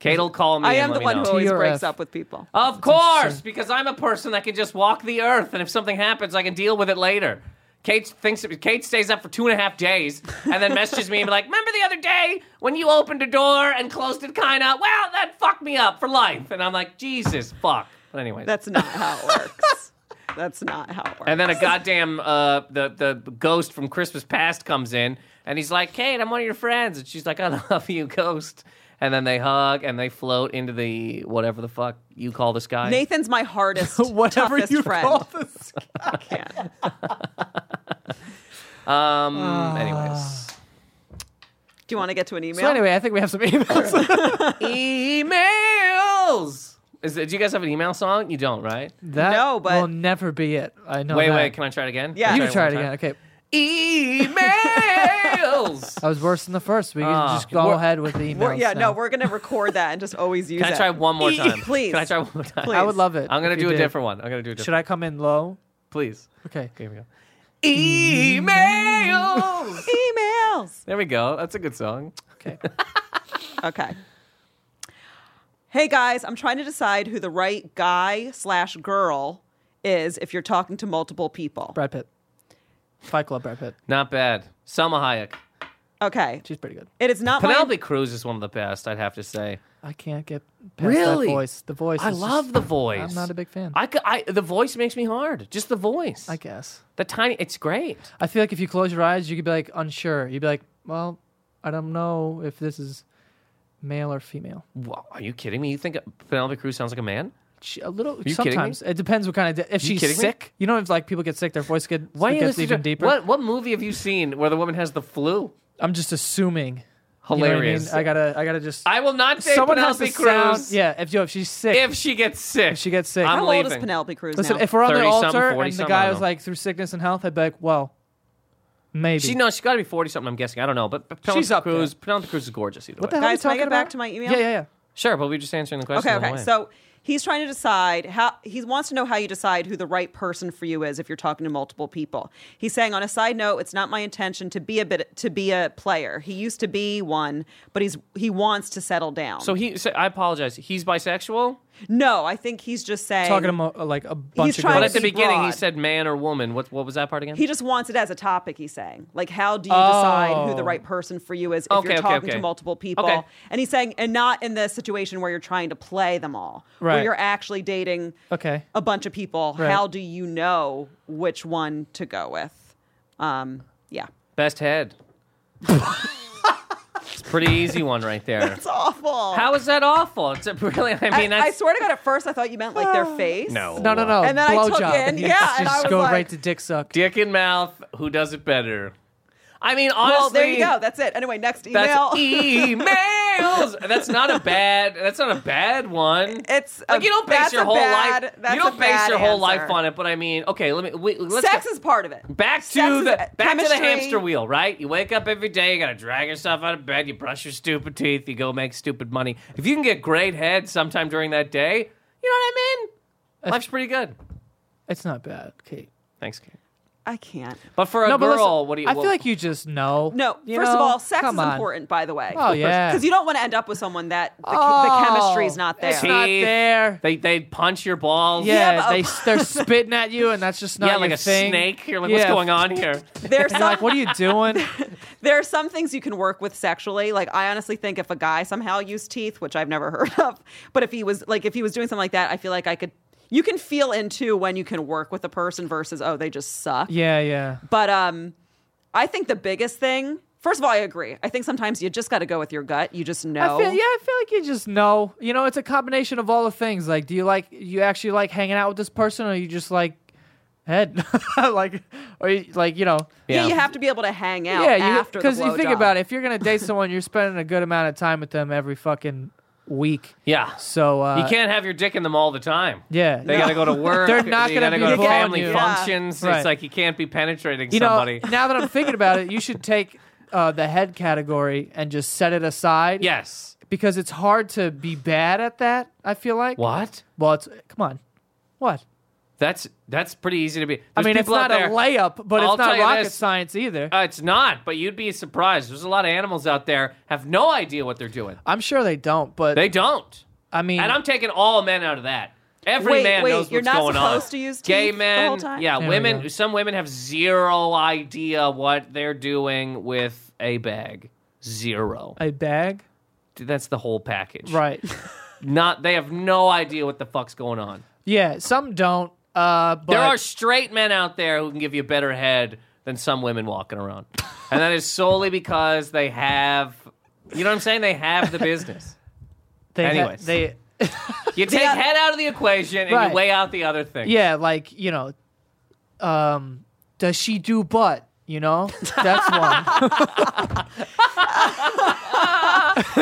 Speaker 4: Kate will call me.
Speaker 3: I
Speaker 4: and
Speaker 3: am
Speaker 4: let
Speaker 3: the
Speaker 4: me
Speaker 3: one
Speaker 4: know.
Speaker 3: who always
Speaker 2: TRF.
Speaker 3: breaks up with people.
Speaker 4: Of course, because I'm a person that can just walk the earth, and if something happens, I can deal with it later. Kate thinks Kate stays up for two and a half days, and then messages me and be like, "Remember the other day when you opened a door and closed it, kind of? Well, that fucked me up for life." And I'm like, "Jesus, fuck." But anyway,
Speaker 3: That's not how it works. That's not how it works.
Speaker 4: and then a goddamn uh, the the ghost from Christmas Past comes in, and he's like, "Kate, I'm one of your friends," and she's like, "I love you, ghost." And then they hug and they float into the whatever the fuck you call the sky.
Speaker 3: Nathan's my hardest,
Speaker 2: Whatever
Speaker 3: toughest
Speaker 2: you
Speaker 3: friend.
Speaker 2: call this.
Speaker 3: I can't.
Speaker 4: Um. Anyways.
Speaker 3: Do you want to get to an email?
Speaker 2: So anyway, I think we have some emails.
Speaker 4: emails. Is it, do you guys have an email song? You don't, right?
Speaker 2: that
Speaker 3: No, but-
Speaker 2: will never be it. I know.
Speaker 4: wait,
Speaker 2: that.
Speaker 4: wait. Can I try it again?
Speaker 3: Yeah.
Speaker 2: you
Speaker 3: I
Speaker 2: can try it
Speaker 4: one
Speaker 2: again.
Speaker 4: more
Speaker 2: Okay.
Speaker 4: time? Emails.
Speaker 2: I was worse than the first. We can
Speaker 4: Ah,
Speaker 2: just go
Speaker 4: we're-
Speaker 2: ahead with the emails.
Speaker 3: We're- yeah,
Speaker 2: now.
Speaker 3: no, we're gonna record that and just always use
Speaker 4: Can I
Speaker 3: it. E-
Speaker 4: try one more time?
Speaker 3: Please.
Speaker 4: Can I try one more time?
Speaker 2: E I would love it.
Speaker 4: I'm gonna
Speaker 2: if
Speaker 4: do
Speaker 2: you
Speaker 4: a
Speaker 2: did.
Speaker 4: different one. I'm gonna do a
Speaker 2: Should
Speaker 4: different.
Speaker 2: I come in low?
Speaker 4: Please.
Speaker 2: Okay.
Speaker 4: Here we go. Emails.
Speaker 3: Emails.
Speaker 4: there we go. That's a good song.
Speaker 2: Okay.
Speaker 3: Okay. Hey guys, I'm trying to decide who the right guy slash girl is if you're talking to multiple people.
Speaker 2: Brad Pitt. Fight Club. Brad Pitt.
Speaker 4: Not bad. Selma Hayek.
Speaker 3: Okay.
Speaker 2: She's pretty good.
Speaker 3: It is not my
Speaker 4: Penelope Cruz is one of the best. I'd have to say.
Speaker 2: I can't get past
Speaker 4: Really?
Speaker 2: that voice. The voice.
Speaker 4: I
Speaker 2: is
Speaker 4: love
Speaker 2: just-
Speaker 4: the voice.
Speaker 2: I'm not a big fan. I,
Speaker 4: I, cou- I the voice makes me hard. Just the voice.
Speaker 2: guess.
Speaker 4: the tiny. It's great.
Speaker 2: I feel like if you close your eyes, you could be like unsure. You'd be like, well, I don't know if this is male or female.
Speaker 4: Wha- Are you kidding me? You think Penelope Cruz sounds like a man?
Speaker 2: She, a little.
Speaker 4: you kidding me?
Speaker 2: sometimes it depends what kind of. If
Speaker 4: You
Speaker 2: she's
Speaker 4: kidding me?
Speaker 2: sick, you know, if like people get sick, their voice get,
Speaker 4: Why
Speaker 2: it
Speaker 4: are you
Speaker 2: gets
Speaker 4: listening
Speaker 2: even
Speaker 4: to-
Speaker 2: deeper.
Speaker 4: What what movie have you seen where the woman has the flu?
Speaker 2: I'm just assuming. You know what I mean?
Speaker 4: Hilarious.
Speaker 2: I, gotta. I gotta just.
Speaker 4: I will not date
Speaker 2: someone has
Speaker 4: Penelope
Speaker 2: to
Speaker 4: Cruz.
Speaker 2: sound. Yeah. If yo, if she's sick.
Speaker 4: If she gets sick,
Speaker 2: she gets sick.
Speaker 4: I'm
Speaker 3: how
Speaker 4: leaving.
Speaker 3: old is Penelope Cruz
Speaker 2: Listen,
Speaker 3: now?
Speaker 2: if we're on the
Speaker 4: 30-something,
Speaker 2: altar and the
Speaker 4: 40-something, I
Speaker 2: guy
Speaker 4: don't
Speaker 2: was
Speaker 4: know.
Speaker 2: like through sickness and health, I'd be like, well, maybe.
Speaker 4: She no, she's got to be forty something. I'm guessing. I don't know, but but Penelope
Speaker 2: She's up
Speaker 4: Cruz. Penelope Cruz is gorgeous either
Speaker 2: What the
Speaker 4: way.
Speaker 2: hell are we
Speaker 3: Guys, can I
Speaker 2: talking
Speaker 3: get back
Speaker 2: about?
Speaker 3: to my email?
Speaker 2: Yeah, yeah, yeah.
Speaker 4: Sure, but we're just answering the question.
Speaker 3: Okay,
Speaker 4: in a
Speaker 3: okay.
Speaker 4: way.
Speaker 3: So he's trying to decide how he wants to know how you decide who the right person for you is if you're talking to multiple people. He's saying on a side note, it's not my intention to be a bit to be a player. He used to be one, but he's he wants to settle down.
Speaker 4: so he. So I apologize. He's bisexual.
Speaker 3: No, I think he's just saying
Speaker 2: Talking about like a bunch
Speaker 3: He's
Speaker 2: of
Speaker 3: trying
Speaker 4: But
Speaker 2: girls.
Speaker 4: at the
Speaker 3: Be
Speaker 4: beginning, he
Speaker 3: broad.
Speaker 4: said man or woman. What what was that part again?
Speaker 3: He just wants it as a topic. He's saying, like, how do you
Speaker 2: Oh.
Speaker 3: decide who the right person for you is if
Speaker 4: Okay,
Speaker 3: you're
Speaker 4: okay,
Speaker 3: talking
Speaker 4: okay.
Speaker 3: to multiple people?
Speaker 4: Okay.
Speaker 3: And he's saying, and not in the situation where you're trying to play them all,
Speaker 2: Right.
Speaker 3: where you're actually dating
Speaker 2: okay.
Speaker 3: a bunch of people.
Speaker 2: Right.
Speaker 3: How do you know which one to go with? Um, yeah,
Speaker 4: Best head. it's a pretty easy one right there.
Speaker 3: it's awful.
Speaker 4: How is that awful? It's a, really. I
Speaker 3: I,
Speaker 4: mean,
Speaker 3: I,
Speaker 4: that's
Speaker 3: swear to God, at first I thought you meant like their face.
Speaker 4: no,
Speaker 2: No, no, no.
Speaker 3: And then I took
Speaker 2: Blowjob.
Speaker 3: in- yeah,
Speaker 2: Just
Speaker 3: and I was
Speaker 2: go
Speaker 3: like-
Speaker 2: right to dick suck.
Speaker 4: Dick in mouth. Who does it better? I mean, honestly,
Speaker 3: Well, there you go. That's it. Anyway, next email.
Speaker 4: That's e- emails. That's not a bad. That's not a bad one.
Speaker 3: It's
Speaker 4: like
Speaker 3: a-
Speaker 4: you don't base
Speaker 3: that's
Speaker 4: your
Speaker 3: a
Speaker 4: whole
Speaker 3: bad-
Speaker 4: life.
Speaker 3: that's
Speaker 4: You
Speaker 3: a
Speaker 4: don't base
Speaker 3: bad
Speaker 4: your whole
Speaker 3: answer.
Speaker 4: life on it. But I mean, okay. Let me. We, let's
Speaker 3: Sex
Speaker 4: go-
Speaker 3: is part of it.
Speaker 4: Back to
Speaker 3: Sex is-
Speaker 4: the back to the
Speaker 3: chemistry-
Speaker 4: hamster wheel, right? You wake up every day, you gotta drag yourself out of bed, you brush your stupid teeth, you go make stupid money. If you can get great head sometime during that day, you know what I mean? Life's pretty good.
Speaker 2: It's not bad, Kate.
Speaker 4: Thanks, Kate.
Speaker 3: I can't.
Speaker 4: But for a
Speaker 2: No, but
Speaker 4: girl,
Speaker 2: listen,
Speaker 4: what do you?
Speaker 2: I feel
Speaker 4: well,
Speaker 2: like you just know.
Speaker 3: No,
Speaker 2: You
Speaker 3: first of
Speaker 2: know?
Speaker 3: all, sex
Speaker 2: Come
Speaker 3: is
Speaker 2: on.
Speaker 3: important, by the way.
Speaker 2: Oh yeah,
Speaker 3: Because you don't want to end up with someone that the,
Speaker 2: Oh,
Speaker 3: the chemistry's not there.
Speaker 2: It's not
Speaker 4: Teeth.
Speaker 2: there.
Speaker 4: they they punch your balls.
Speaker 2: Yeah,
Speaker 3: Yeah, but-
Speaker 2: they they're spitting at you, and that's just not
Speaker 4: yeah,
Speaker 2: your
Speaker 4: like a
Speaker 2: thing.
Speaker 4: snake. You're like,
Speaker 2: Yeah.
Speaker 4: what's going on here?
Speaker 3: There's
Speaker 2: You're like,
Speaker 3: some,
Speaker 2: what are you doing?
Speaker 3: there are some things you can work with sexually. Like I honestly think if a guy somehow used teeth, which I've never heard of, but if he was like if he was doing something like that, I feel like I could. You can feel into when you can work with a person versus oh they just suck.
Speaker 2: yeah, yeah.
Speaker 3: But um, I think the biggest thing. First of all, I agree. I think sometimes you just got to go with your gut. You just know.
Speaker 2: I feel, yeah, I feel like you just know. You know, it's a combination of all the things. Like, do you like you actually like hanging out with this person, or you just like head, like, or you, like you know,
Speaker 3: Yeah,
Speaker 4: Yeah.
Speaker 3: you have to be able to hang out.
Speaker 2: yeah,
Speaker 3: after
Speaker 2: because you think
Speaker 3: blowjob.
Speaker 2: about it. If you're gonna date someone, you're spending a good amount of time with them every fucking week.
Speaker 4: Yeah.
Speaker 2: So uh,
Speaker 4: You can't have your dick in them all the time.
Speaker 2: Yeah,
Speaker 4: They gotta go to work.
Speaker 2: They're not
Speaker 4: they
Speaker 2: gonna
Speaker 4: gotta
Speaker 2: be
Speaker 4: go to
Speaker 2: blowing
Speaker 4: family
Speaker 2: you.
Speaker 3: Yeah.
Speaker 4: functions.
Speaker 2: Right.
Speaker 4: It's like you can't be penetrating
Speaker 2: you know,
Speaker 4: somebody.
Speaker 2: now that I'm thinking about it, you should take uh, the head category and just set it aside.
Speaker 4: yes.
Speaker 2: because it's hard to be bad at that. I feel like.
Speaker 4: What?
Speaker 2: Well, it's come on. What?
Speaker 4: That's that's pretty easy to be.
Speaker 2: I
Speaker 4: There's
Speaker 2: mean, it's
Speaker 4: people out
Speaker 2: not
Speaker 4: there,
Speaker 2: a layup, but
Speaker 4: I'll
Speaker 2: it's
Speaker 4: tell
Speaker 2: not
Speaker 4: you
Speaker 2: rocket
Speaker 4: this.
Speaker 2: science either.
Speaker 4: Uh, it's not, but you'd be surprised. There's a lot of animals out there have no idea what they're doing.
Speaker 2: I'm sure they don't, but
Speaker 4: They don't.
Speaker 2: I mean,
Speaker 4: And I'm taking all men out of that. Every
Speaker 3: Wait,
Speaker 4: man
Speaker 3: wait,
Speaker 4: knows what's
Speaker 3: you're not
Speaker 4: going on.
Speaker 3: supposed to use
Speaker 4: Gay
Speaker 3: teeth the
Speaker 4: men,
Speaker 3: whole time?
Speaker 4: yeah,
Speaker 2: There we go.
Speaker 4: women. Some women have zero idea what they're doing with a bag. Zero.
Speaker 2: a bag,
Speaker 4: That's the whole package.
Speaker 2: right?
Speaker 4: Not they have no idea what the fuck's going on.
Speaker 2: yeah, some don't. Uh, but
Speaker 4: There are straight men out there who can give you a better head than some women walking around. And that is solely because they have, you know what I'm saying? They have the business.
Speaker 2: they, ha-
Speaker 4: anyways.
Speaker 2: they
Speaker 4: You take head out of the equation and
Speaker 2: Right.
Speaker 4: you weigh out the other thing.
Speaker 2: yeah, like you know, um, does she do butt? You know, that's one.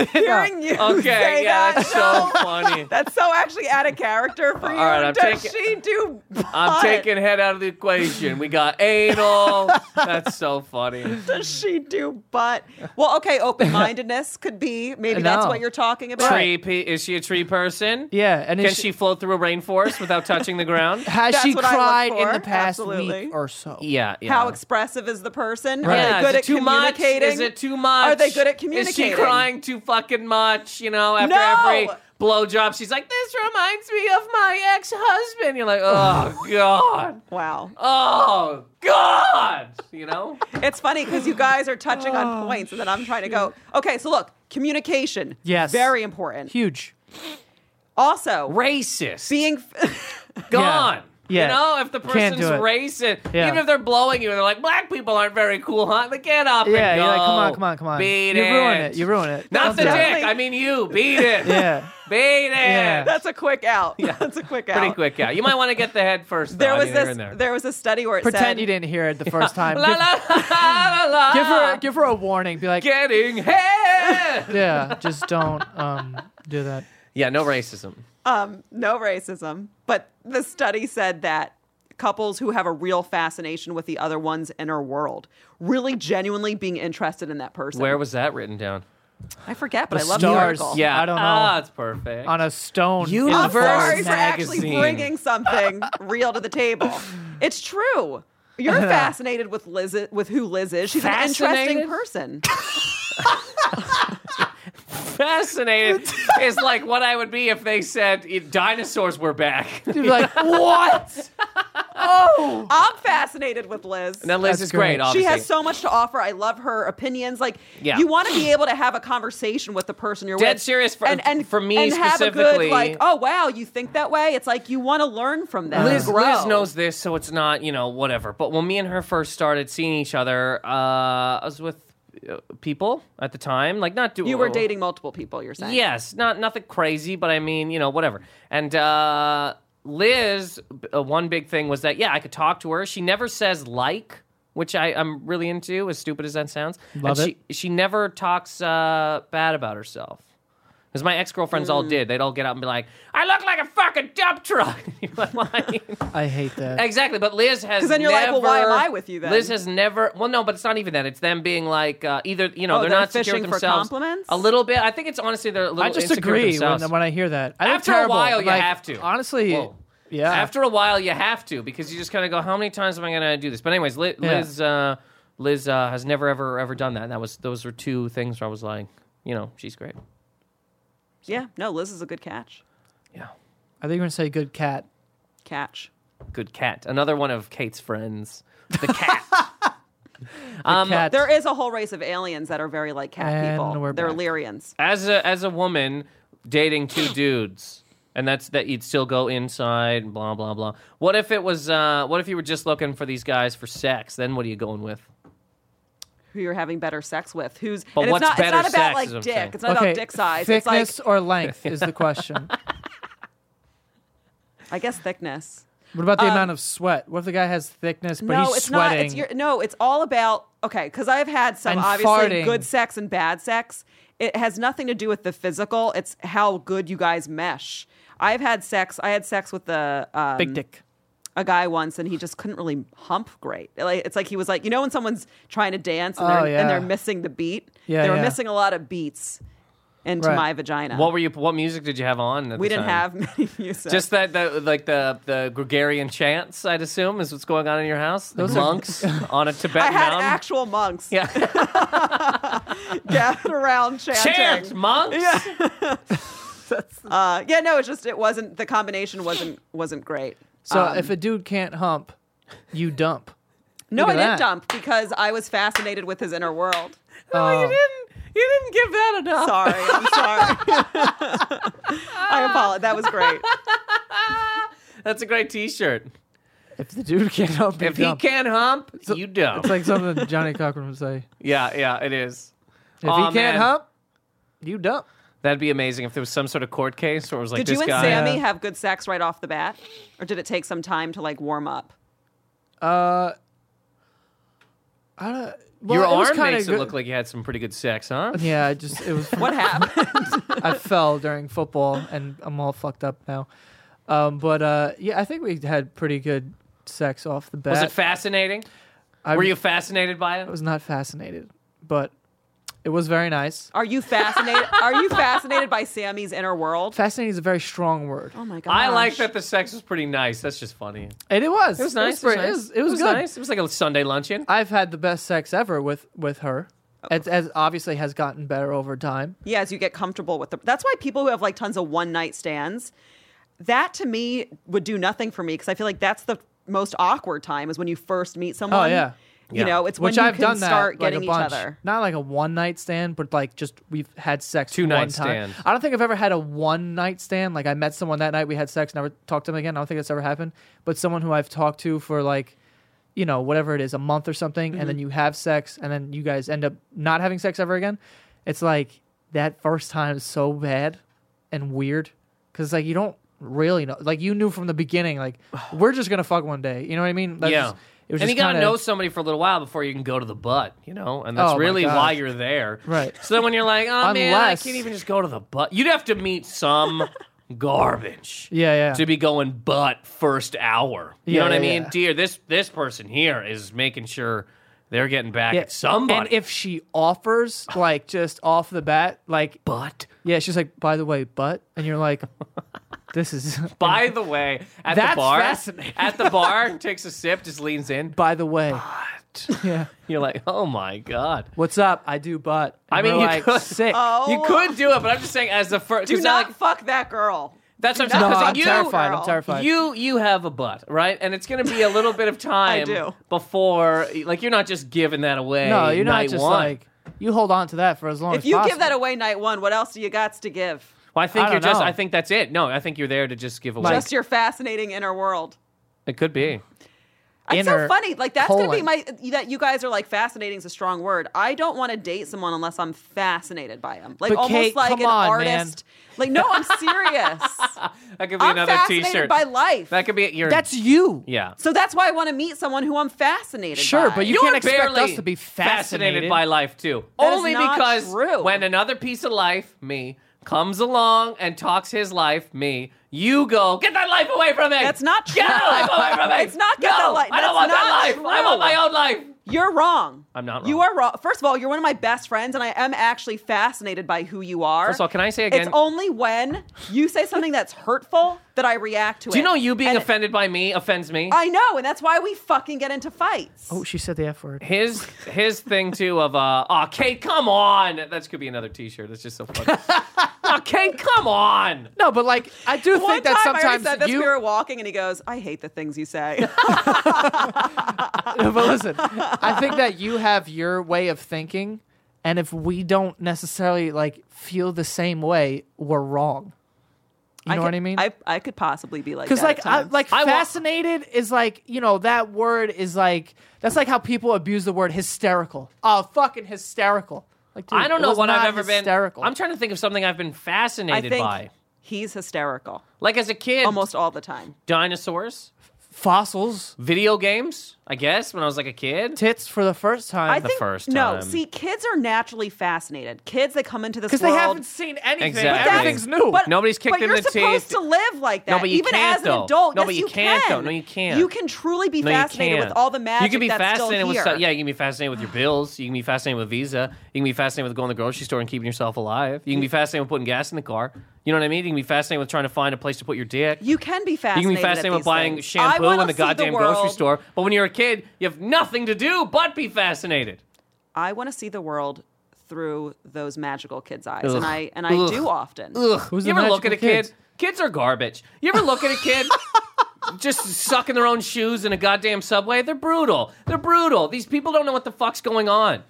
Speaker 3: Hearing you
Speaker 4: Okay,
Speaker 3: say
Speaker 4: yeah,
Speaker 3: that,
Speaker 4: that's so funny.
Speaker 3: That's so actually out of character for you.
Speaker 4: right, I'm
Speaker 3: Does
Speaker 4: taking-
Speaker 3: she do?
Speaker 4: I'm
Speaker 3: butt?
Speaker 4: taking head out of the equation. We got anal. That's so funny.
Speaker 3: Does she do butt? Well, okay, open mindedness could be maybe that's
Speaker 2: No.
Speaker 3: what you're talking about.
Speaker 4: Tree pe- is she a tree person?
Speaker 2: yeah, and
Speaker 4: Can
Speaker 2: is
Speaker 4: she float through a rainforest without touching the ground?
Speaker 2: has
Speaker 3: That's
Speaker 2: she
Speaker 3: what I look
Speaker 2: cried in
Speaker 3: for,
Speaker 2: the past
Speaker 3: absolutely.
Speaker 2: week or so?
Speaker 4: Yeah, yeah.
Speaker 3: How expressive is the person?
Speaker 4: Yeah,
Speaker 3: Are they
Speaker 4: is
Speaker 3: good
Speaker 4: it
Speaker 3: at
Speaker 4: too much?
Speaker 3: communicating?
Speaker 4: Is it too much?
Speaker 3: Are they good at
Speaker 4: Is she
Speaker 3: communicating?
Speaker 4: crying too fucking much? You know, after
Speaker 3: No!
Speaker 4: every blowjob, she's like, "This reminds me of my ex-husband." You're like, "Oh god,
Speaker 3: Wow,
Speaker 4: oh god," you know.
Speaker 3: it's funny because you guys are touching
Speaker 4: Oh,
Speaker 3: on points, and then I'm trying to go. Okay, so look, communication.
Speaker 2: Yes.
Speaker 3: very important.
Speaker 2: Huge.
Speaker 3: Also,
Speaker 4: Racist.
Speaker 3: being
Speaker 4: gone.
Speaker 2: Yeah.
Speaker 4: You know, if the
Speaker 2: Can't
Speaker 4: person's
Speaker 2: do it.
Speaker 4: racist,
Speaker 2: Yeah.
Speaker 4: even if they're blowing you and they're like, black people aren't very cool, huh? Like, get up
Speaker 2: Yeah,
Speaker 4: and go.
Speaker 2: you're like, come on, come on, come on.
Speaker 4: Beat
Speaker 2: You
Speaker 4: it.
Speaker 2: ruin it. You ruin it.
Speaker 4: Not
Speaker 2: Don't
Speaker 4: the
Speaker 2: do
Speaker 4: dick.
Speaker 2: it.
Speaker 4: I mean you. Beat it.
Speaker 2: Yeah.
Speaker 4: Beat it.
Speaker 2: Yeah.
Speaker 3: that's a quick out. That's a quick out.
Speaker 4: Pretty quick, yeah. You might want to get the head first. Though.
Speaker 3: There
Speaker 4: I
Speaker 3: was
Speaker 4: mean, they're
Speaker 3: this.
Speaker 4: in
Speaker 3: There.
Speaker 4: There.
Speaker 3: was a study where it said
Speaker 2: Pretend you didn't hear it the first time.
Speaker 4: La, la,
Speaker 2: Give-
Speaker 4: la, la, la.
Speaker 2: give her give her a warning. Be like,
Speaker 4: getting head.
Speaker 2: yeah, just don't um, do that.
Speaker 4: yeah, no racism.
Speaker 3: um, no racism, but the study said that couples who have a real fascination with the other one's inner world, really genuinely being interested in that person.
Speaker 4: Where was that written down?
Speaker 3: I forget, but I love
Speaker 2: stars.
Speaker 3: the article.
Speaker 4: Yeah,
Speaker 2: I don't know.
Speaker 4: Ah, it's perfect.
Speaker 2: On a stone.
Speaker 4: You
Speaker 2: in the
Speaker 3: I'm sorry
Speaker 2: forest.
Speaker 3: for actually
Speaker 4: magazine.
Speaker 3: bringing something real to the table. It's true. You're fascinated with Liz, with who Liz is. She's an
Speaker 4: Fascinated?
Speaker 3: interesting person.
Speaker 4: fascinated is like what I would be if they said dinosaurs were back.
Speaker 2: You're like, what? oh.
Speaker 3: I'm fascinated with Liz.
Speaker 4: now Liz
Speaker 2: That's
Speaker 4: is
Speaker 2: great.
Speaker 4: great.
Speaker 2: She
Speaker 4: obviously.
Speaker 3: She has so much to offer. I love her opinions. Like
Speaker 4: Yeah.
Speaker 3: you want to be able to have a conversation with the person you're
Speaker 4: Dead
Speaker 3: with.
Speaker 4: serious for-
Speaker 3: and, and
Speaker 4: for me
Speaker 3: and have a
Speaker 4: specifically-
Speaker 3: good, like, oh wow, you think that way. It's like you want to learn from them.
Speaker 4: Liz,
Speaker 3: grow.
Speaker 4: Liz knows this, so it's not you know whatever. But when me and her first started seeing each other, uh, I was with uh, people at the time, like not doing.
Speaker 3: you were dating multiple people. You're saying,
Speaker 4: Yes, not nothing crazy, but I mean, you know, whatever. And uh, Liz, b- uh, one big thing was that yeah, I could talk to her. She never says like, which I, I'm really into. As stupid as that sounds,
Speaker 2: Love
Speaker 4: and She she never talks uh, bad about herself. Because my ex girlfriends all did. They'd all get up and be like, "I look like a fucking dump truck." You're like, "Why?"
Speaker 2: I hate that.
Speaker 4: Exactly, but Liz has.
Speaker 3: 'Cause then you're like,
Speaker 4: never,
Speaker 3: well, why am I with you then?
Speaker 4: Liz has never. Well, no, but it's not even that. It's them being like uh, either you know
Speaker 3: Oh,
Speaker 4: they're,
Speaker 3: they're
Speaker 4: not secure with
Speaker 3: fishing for
Speaker 4: themselves.
Speaker 3: compliments?
Speaker 4: A little bit. I think it's honestly they're a little
Speaker 2: I just
Speaker 4: insecure with
Speaker 2: agree when,
Speaker 4: themselves.
Speaker 2: when I hear that. I look
Speaker 4: After a
Speaker 2: terrible.
Speaker 4: while,
Speaker 2: I'm
Speaker 4: you
Speaker 2: like,
Speaker 4: have to.
Speaker 2: Honestly,
Speaker 4: Whoa.
Speaker 2: yeah.
Speaker 4: After a while, you have to because you just kind of go, how many times am I going to do this? But anyways, Liz,
Speaker 2: Yeah.
Speaker 4: Liz, uh, Liz uh, has never ever ever done that. And that was those were two things where I was like, you know, she's great.
Speaker 3: yeah. No, Liz is a good catch.
Speaker 4: Yeah,
Speaker 2: I think you're gonna say good cat.
Speaker 3: Catch.
Speaker 4: good cat. Another one of Kate's friends, the cat. um,
Speaker 2: cat.
Speaker 3: There is a whole race of aliens that are very like cat
Speaker 2: And
Speaker 3: people.
Speaker 2: we're
Speaker 3: They're
Speaker 2: back.
Speaker 3: Lyrians.
Speaker 4: as a as a woman dating two dudes and that's that you'd still go inside blah blah blah what if it was uh what if you were just looking for these guys for sex then what are you going with
Speaker 3: Who you're having better sex with? Who's?
Speaker 4: But
Speaker 3: and
Speaker 4: what's
Speaker 3: it's not.
Speaker 4: better
Speaker 3: it's not
Speaker 4: sex
Speaker 3: about
Speaker 4: is
Speaker 3: like
Speaker 4: what I'm
Speaker 3: dick.
Speaker 4: saying.
Speaker 3: It's not
Speaker 2: okay,
Speaker 3: about dick size.
Speaker 2: thickness
Speaker 3: It's
Speaker 2: or length is the question.
Speaker 3: like I guess thickness.
Speaker 2: What about
Speaker 4: Um,
Speaker 2: the amount of sweat? What if the guy has thickness but
Speaker 3: no,
Speaker 2: he's
Speaker 3: it's
Speaker 2: sweating?
Speaker 3: not. It's your, no, it's all about okay. Because I've had some
Speaker 2: And
Speaker 3: obviously
Speaker 2: farting.
Speaker 3: good sex and bad sex. It has nothing to do with the physical. It's how good you guys mesh. I've had sex. I had sex with the um,
Speaker 2: Big dick.
Speaker 3: a guy once, and he just couldn't really hump great. Like, it's like he was like, you know, when someone's trying to dance and, they're,
Speaker 2: Oh, yeah.
Speaker 3: and they're missing the beat.
Speaker 2: Yeah,
Speaker 3: they were
Speaker 2: yeah.
Speaker 3: missing a lot of beats into
Speaker 2: Right.
Speaker 3: my vagina.
Speaker 4: what were you what music did you have on at
Speaker 3: Uh. we
Speaker 4: the
Speaker 3: didn't
Speaker 4: time?
Speaker 3: have many music.
Speaker 4: just that, that like the the gregarian chants i'd assume is what's going on in your house the
Speaker 2: are-
Speaker 4: monks on a
Speaker 3: I
Speaker 4: tibetan
Speaker 3: had
Speaker 4: mountain
Speaker 3: actual monks
Speaker 4: yeah
Speaker 3: gathered around chanting.
Speaker 4: chant monks
Speaker 3: Uh, yeah, no, it's just it wasn't the combination wasn't wasn't great.
Speaker 2: So
Speaker 4: um,
Speaker 2: if a dude can't hump, you dump.
Speaker 3: No,
Speaker 2: Look
Speaker 3: I
Speaker 2: at
Speaker 3: didn't
Speaker 2: that.
Speaker 3: dump because I was fascinated with his inner world.
Speaker 4: no, you
Speaker 2: Oh.
Speaker 4: didn't you didn't give that enough
Speaker 3: Sorry, I'm sorry. I apologize. That was great.
Speaker 4: that's a great t-shirt
Speaker 2: If the dude can't hump, you
Speaker 4: if
Speaker 2: dump.
Speaker 4: he can't hump you don't
Speaker 2: it's like something Johnny Cochran would say.
Speaker 4: yeah yeah it is
Speaker 2: If
Speaker 4: Aw,
Speaker 2: he can't
Speaker 4: man.
Speaker 2: hump, you dump.
Speaker 4: That'd be amazing if there was some sort of court case where it was like
Speaker 3: Did
Speaker 4: this
Speaker 3: you and
Speaker 4: guy. uh,
Speaker 3: Sammy have good sex right off the bat, or did it take some time to like warm up?
Speaker 2: Uh, Well,
Speaker 4: Your
Speaker 2: it was
Speaker 4: arm
Speaker 2: kinda
Speaker 4: makes
Speaker 2: good-
Speaker 4: it look like you had some pretty good sex, huh?
Speaker 2: Yeah, I just it was.
Speaker 3: What happened?
Speaker 2: I fell during football, and I'm all fucked up now. Um, but uh, yeah, I think we had pretty good sex off the bat.
Speaker 4: Was it fascinating?
Speaker 2: I-
Speaker 4: Were you fascinated by it?
Speaker 2: I was not fascinated, but it was very nice.
Speaker 3: Are you fascinated? Are you fascinated by Sammy's inner world?
Speaker 2: Fascinating is a very strong word.
Speaker 3: Oh my god!
Speaker 4: I like that the sex was pretty nice. That's just funny.
Speaker 2: And it was.
Speaker 4: It was nice.
Speaker 2: pretty-
Speaker 4: nice.
Speaker 2: It was, it was good.
Speaker 4: nice. It was like a Sunday luncheon.
Speaker 2: I've had the best sex ever with with her. It as obviously has gotten better over time.
Speaker 3: Yeah, as you get comfortable with the. That's why people who have like tons of one night stands, that to me would do nothing for me because I feel like that's the most awkward time is when you first meet someone.
Speaker 2: Oh, yeah.
Speaker 3: You
Speaker 4: Yeah.
Speaker 3: know, it's
Speaker 2: Which
Speaker 3: when you
Speaker 2: I've
Speaker 3: can
Speaker 2: done that
Speaker 3: start
Speaker 2: like
Speaker 3: getting
Speaker 2: a
Speaker 3: each
Speaker 2: bunch.
Speaker 3: other.
Speaker 2: Not like a one night stand, but like just we've had sex
Speaker 4: Two
Speaker 2: one time.
Speaker 4: night stand.
Speaker 2: I don't think I've ever had a one night stand. Like I met someone that night, we had sex, never talked to them again. I don't think that's ever happened. But someone who I've talked to for like, you know, whatever it is, a month or something, and
Speaker 3: Mm-hmm.
Speaker 2: then you have sex, and then you guys end up not having sex ever again. It's like that first time is so bad and weird because like you don't really know. Like you knew from the beginning, like we're just gonna fuck one day. You know what I mean? That's
Speaker 4: yeah.
Speaker 2: just- it was
Speaker 4: and
Speaker 2: just
Speaker 4: you gotta
Speaker 2: kinda-
Speaker 4: know somebody for a little while before you can go to the butt, you know, and that's
Speaker 2: Oh, my
Speaker 4: really
Speaker 2: God.
Speaker 4: why you're there.
Speaker 2: Right.
Speaker 4: So then when you're like, oh man, I
Speaker 2: Unless-
Speaker 4: can't even just go to the butt. You'd have to meet some garbage.
Speaker 2: Yeah, yeah.
Speaker 4: to be going butt first hour. You
Speaker 2: Yeah,
Speaker 4: know what I
Speaker 2: yeah,
Speaker 4: mean?
Speaker 2: yeah.
Speaker 4: Dear, this this person here is making sure they're getting back
Speaker 2: Yeah.
Speaker 4: at somebody.
Speaker 2: And if she offers, like just off the bat, like
Speaker 4: but
Speaker 2: yeah, she's like, by the way, but, and you're like, this is
Speaker 4: by the way, at
Speaker 2: That's
Speaker 4: the bar,
Speaker 2: fascinating.
Speaker 4: at the bar, takes a sip, just leans in.
Speaker 2: by the way,
Speaker 4: butt. Yeah. You're like, oh my god.
Speaker 2: What's up? I do butt. And
Speaker 4: I mean,
Speaker 2: we're
Speaker 4: you
Speaker 2: like
Speaker 4: could-
Speaker 2: sick. Oh.
Speaker 4: You could do it, but I'm just saying as the first.
Speaker 3: Do
Speaker 4: 'cause I
Speaker 3: not fuck that girl.
Speaker 4: that's what I'm
Speaker 3: do not-
Speaker 4: saying.
Speaker 2: No,
Speaker 4: 'cause
Speaker 2: I'm
Speaker 4: you,
Speaker 2: terrified.
Speaker 3: girl.
Speaker 2: I'm terrified.
Speaker 4: You you have a butt, right? And it's gonna be a little bit of time
Speaker 3: do.
Speaker 4: before, like, you're not just giving that away.
Speaker 2: no, you're not
Speaker 4: night
Speaker 2: just
Speaker 4: one.
Speaker 2: like you hold on to that for as long
Speaker 3: If
Speaker 2: as
Speaker 3: you give
Speaker 2: possible.
Speaker 3: that away night one, what else do you got to give?
Speaker 4: Well, I think
Speaker 2: I
Speaker 4: you're
Speaker 2: don't
Speaker 4: just.
Speaker 2: know.
Speaker 4: I think that's it. No, I think you're there to just give away.
Speaker 3: Just your fascinating inner world.
Speaker 4: it could be.
Speaker 3: It's so
Speaker 2: inner
Speaker 3: funny. Like that's gonna be
Speaker 2: colon.
Speaker 3: my that you guys are like fascinating is a strong word. I don't want to date someone unless I'm fascinated by him. Like
Speaker 2: But
Speaker 3: almost
Speaker 2: Kate,
Speaker 3: like
Speaker 2: come
Speaker 3: an
Speaker 2: on, man.
Speaker 3: artist. Like no, I'm serious.
Speaker 4: That could be
Speaker 3: I'm
Speaker 4: another
Speaker 3: fascinated
Speaker 4: T-shirt.
Speaker 3: by life.
Speaker 4: That could be your.
Speaker 2: That's you.
Speaker 4: yeah.
Speaker 3: so that's why I want to meet someone who I'm fascinated.
Speaker 2: Sure,
Speaker 3: by.
Speaker 2: but you
Speaker 4: You're
Speaker 2: can't expect
Speaker 4: barely
Speaker 2: us to be fascinated.
Speaker 4: by life too.
Speaker 3: That is
Speaker 4: Only
Speaker 3: not
Speaker 4: because
Speaker 3: true.
Speaker 4: when another piece of life, me, comes along and talks his life, me, you go get that life away from me.
Speaker 3: That's not
Speaker 4: Get
Speaker 3: true.
Speaker 4: that life away from me.
Speaker 3: It's not get
Speaker 4: no,
Speaker 3: that li-
Speaker 4: I don't
Speaker 3: that's
Speaker 4: want that life.
Speaker 3: not
Speaker 4: I want
Speaker 3: true.
Speaker 4: my own life.
Speaker 3: You're wrong.
Speaker 4: I'm not
Speaker 3: You
Speaker 4: wrong.
Speaker 3: are wrong. First of all, you're one of my best friends, and I am actually fascinated by who you are.
Speaker 4: First of all, can I say again-
Speaker 3: It's only when you say something that's hurtful that I react to it.
Speaker 4: Do you know you being
Speaker 3: And
Speaker 4: offended by me offends me?
Speaker 3: I know, and that's why we fucking get into fights.
Speaker 2: Oh, she said the F word.
Speaker 4: his his thing too of uh oh Kate come on that could be another T-shirt that's just so funny. oh Kate come on
Speaker 2: No, but like I do
Speaker 3: One
Speaker 2: think that
Speaker 3: time I already
Speaker 2: sometimes
Speaker 3: said this,
Speaker 2: you.
Speaker 3: we were walking, and he goes, "I hate the things you say."
Speaker 2: but listen, I think that you have your way of thinking, and if we don't necessarily like feel the same way, we're wrong. You know
Speaker 3: could,
Speaker 2: what I mean?
Speaker 3: I, I could possibly be like
Speaker 2: Because
Speaker 3: that
Speaker 2: like
Speaker 3: at
Speaker 2: I,
Speaker 3: times.
Speaker 2: like
Speaker 4: I wa-
Speaker 2: fascinated is like you know that word is like that's like how people abuse the word hysterical. Oh, fucking hysterical! Like dude,
Speaker 4: I don't
Speaker 2: it
Speaker 4: know
Speaker 2: was
Speaker 4: what
Speaker 2: not
Speaker 4: I've ever
Speaker 2: hysterical.
Speaker 4: been. I'm trying to think of something I've been
Speaker 3: I
Speaker 4: fascinated
Speaker 3: think
Speaker 4: by.
Speaker 3: he's hysterical
Speaker 4: Like as a kid,
Speaker 3: almost all the time.
Speaker 4: dinosaurs,
Speaker 2: fossils
Speaker 4: video games. I guess when I was like a kid,
Speaker 2: tits for the first
Speaker 3: I
Speaker 2: time
Speaker 3: think
Speaker 4: first
Speaker 3: no.
Speaker 4: time.
Speaker 3: See, kids are naturally fascinated. Kids that come into this
Speaker 2: because
Speaker 3: world
Speaker 2: they haven't seen anything.
Speaker 4: Exactly.
Speaker 2: Everything's new.
Speaker 3: But,
Speaker 4: Nobody's kicked
Speaker 3: but
Speaker 4: in
Speaker 3: you're
Speaker 4: the teeth.
Speaker 3: supposed to live like that.
Speaker 4: No, but you
Speaker 3: even
Speaker 4: can't,
Speaker 3: as an
Speaker 4: though.
Speaker 3: adult.
Speaker 4: No,
Speaker 3: yes,
Speaker 4: but you
Speaker 3: you
Speaker 4: can't,
Speaker 3: can.
Speaker 4: though. No, you can't.
Speaker 3: You can truly be
Speaker 4: no, you
Speaker 3: fascinated
Speaker 4: can't.
Speaker 3: with all the magic
Speaker 4: You can be
Speaker 3: that's
Speaker 4: fascinated
Speaker 3: still
Speaker 4: with
Speaker 3: here.
Speaker 4: stuff. Yeah, you can be fascinated with your bills. You can be fascinated with Visa. You can be fascinated with going to the grocery store and keeping yourself alive. You can
Speaker 3: Mm.
Speaker 4: be fascinated with putting gas in the car. You know what I mean? You can be fascinated with trying to find a place to put your dick.
Speaker 3: You can be
Speaker 4: You
Speaker 3: fascinated.
Speaker 4: can
Speaker 3: at
Speaker 4: be fascinated with
Speaker 3: these
Speaker 4: buying
Speaker 3: things. I
Speaker 4: shampoo
Speaker 3: wanna
Speaker 4: in the
Speaker 3: see
Speaker 4: goddamn
Speaker 3: world-
Speaker 4: grocery store. But when you're a kid, you have nothing to do but be fascinated.
Speaker 3: I want to see the world through those magical kids' eyes,
Speaker 4: Ugh.
Speaker 3: and I and I
Speaker 4: Ugh.
Speaker 3: do often.
Speaker 2: Who's
Speaker 4: you
Speaker 2: the
Speaker 4: ever look at a
Speaker 2: magical
Speaker 4: kid?
Speaker 2: kids?
Speaker 4: Kids? are garbage. You ever look at a kid just sucking their own shoes in a goddamn subway? They're brutal. They're brutal. These people don't know what the fuck's going on.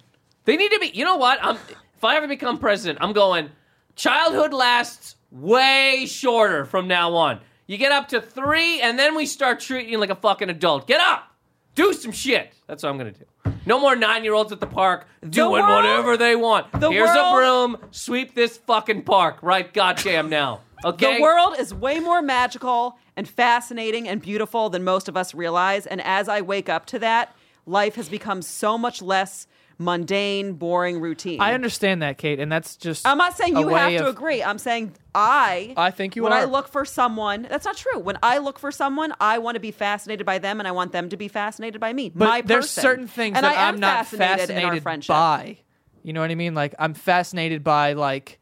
Speaker 4: They need to be. You know what? I'm. If I ever become president, I'm going. Childhood lasts way shorter from now on. You get up to three, and then we start treating you like a fucking adult. Get up, do some shit. That's what I'm gonna do. No more nine-year-olds at the park doing
Speaker 3: world-
Speaker 4: whatever they want.
Speaker 3: the
Speaker 4: Here's a
Speaker 3: world-
Speaker 4: broom room, sweep this fucking park right goddamn now. Okay?
Speaker 3: The world is way more magical and fascinating and beautiful than most of us realize. And as I wake up to that, life has become so much less mundane, boring, routine.
Speaker 2: I understand that, Kate, and that's just.
Speaker 3: I'm not saying
Speaker 2: a
Speaker 3: you
Speaker 2: way
Speaker 3: have to
Speaker 2: of-
Speaker 3: agree. I'm saying I.
Speaker 2: I think you
Speaker 3: when
Speaker 2: are.
Speaker 3: I look for someone, that's not true. When I look for someone, I want to be fascinated by them, and I want them to be fascinated by me.
Speaker 2: But
Speaker 3: my
Speaker 2: there's
Speaker 3: person.
Speaker 2: certain things
Speaker 3: and
Speaker 2: that
Speaker 3: I am
Speaker 2: I'm not
Speaker 3: fascinated, in our
Speaker 2: fascinated
Speaker 3: friendship.
Speaker 2: by. You know what I mean? Like I'm fascinated by like,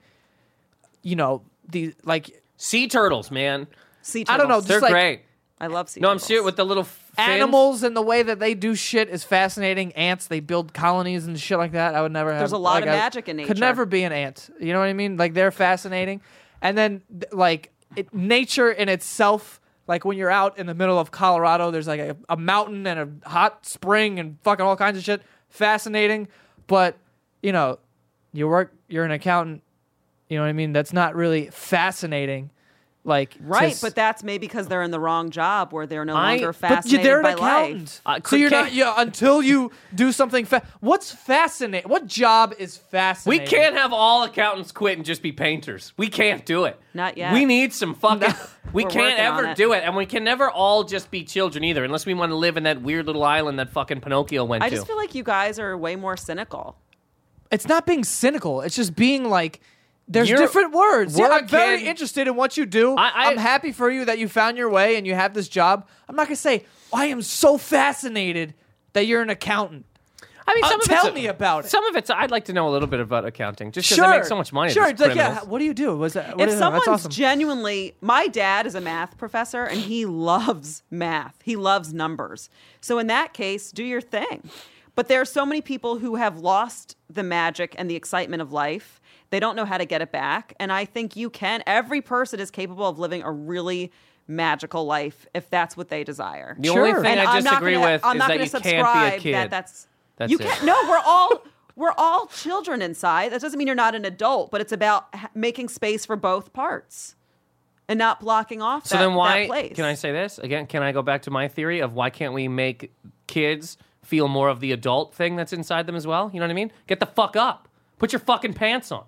Speaker 2: you know, the like
Speaker 4: sea turtles, man.
Speaker 3: Sea
Speaker 2: I don't know,
Speaker 3: turtles.
Speaker 4: They're
Speaker 2: like-
Speaker 4: great.
Speaker 3: I love sea
Speaker 4: No, I'm
Speaker 3: turtles.
Speaker 4: serious with the little f- fins.
Speaker 2: animals and the way that they do shit is fascinating. Ants, they build colonies and shit like that. I would never have.
Speaker 3: a lot
Speaker 2: like,
Speaker 3: of
Speaker 2: I
Speaker 3: magic in
Speaker 2: Could
Speaker 3: nature.
Speaker 2: never be an ant. You know what I mean? Like they're fascinating, and then th- like it, nature in itself. Like when you're out in the middle of Colorado, there's like a, a mountain and a hot spring and fucking all kinds of shit. Fascinating, but you know, you work. You're an accountant. You know what I mean? That's not really fascinating. Like to
Speaker 3: Right,
Speaker 2: s-
Speaker 3: but that's maybe because they're in the wrong job where they're no
Speaker 4: I-
Speaker 3: longer
Speaker 4: but
Speaker 2: but you-
Speaker 3: fascinated
Speaker 2: they're an
Speaker 3: by
Speaker 2: accountant.
Speaker 4: Uh,
Speaker 2: so you're
Speaker 4: okay.
Speaker 2: not yeah, until you do something. Fa- What's fascinating? What job is
Speaker 4: We
Speaker 2: fascinating?
Speaker 4: can't have all accountants quit and just be painters. We can't do it.
Speaker 3: Not yet.
Speaker 4: We need some fucking. We
Speaker 3: We're
Speaker 4: can't
Speaker 3: working on
Speaker 4: ever
Speaker 3: it.
Speaker 4: do it, and we can never all just be children either, unless we want to live in that weird little island that fucking Pinocchio went
Speaker 3: life. I
Speaker 4: to.
Speaker 3: just feel like you guys are way more cynical.
Speaker 2: It's not being cynical. It's just being like. There's
Speaker 4: You're-
Speaker 2: different words. Yeah, I'm
Speaker 4: working-
Speaker 2: very interested in what you do.
Speaker 4: I- I-
Speaker 2: am happy for you that you found your way and you have this job. I'm not gonna say I am so fascinated that you're an accountant.
Speaker 4: I mean,
Speaker 2: Uh,
Speaker 4: some of
Speaker 2: tell
Speaker 4: it's-
Speaker 2: me about it.
Speaker 4: Some of it's. I'd like to know a little bit about accounting, just because
Speaker 2: Sure,
Speaker 4: I make so much money.
Speaker 2: Sure,
Speaker 4: These
Speaker 2: it's like yeah.
Speaker 4: criminals.
Speaker 2: What do you do? Was that? what
Speaker 3: if
Speaker 2: is-
Speaker 3: someone's
Speaker 2: that's awesome.
Speaker 3: genuinely my dad is a math professor and he loves math he loves numbers so in that case do your thing But there are so many people who have lost the magic and the excitement of life. They don't know how to get it back. And I think you can. Every person is capable of living a really magical life if that's what they desire.
Speaker 4: The only
Speaker 2: Sure.
Speaker 4: thing
Speaker 3: And
Speaker 4: I
Speaker 3: I'm not
Speaker 4: disagree
Speaker 3: gonna-
Speaker 4: with
Speaker 3: I'm
Speaker 4: is
Speaker 3: not
Speaker 4: that
Speaker 3: gonna
Speaker 4: you can't be a
Speaker 3: subscribe
Speaker 4: kid.
Speaker 3: That that's
Speaker 4: That's
Speaker 3: you
Speaker 4: it.
Speaker 3: can't. No, we're all we're all children inside. That doesn't mean you're not an adult, but it's about h- making space for both parts and not blocking off.
Speaker 4: So
Speaker 3: that,
Speaker 4: then why
Speaker 3: that place.
Speaker 4: can I say this again? Can I go back to my theory of why can't we make kids feel more of the adult thing that's inside them as well? You know what I mean? Get the fuck up. Put your fucking pants on.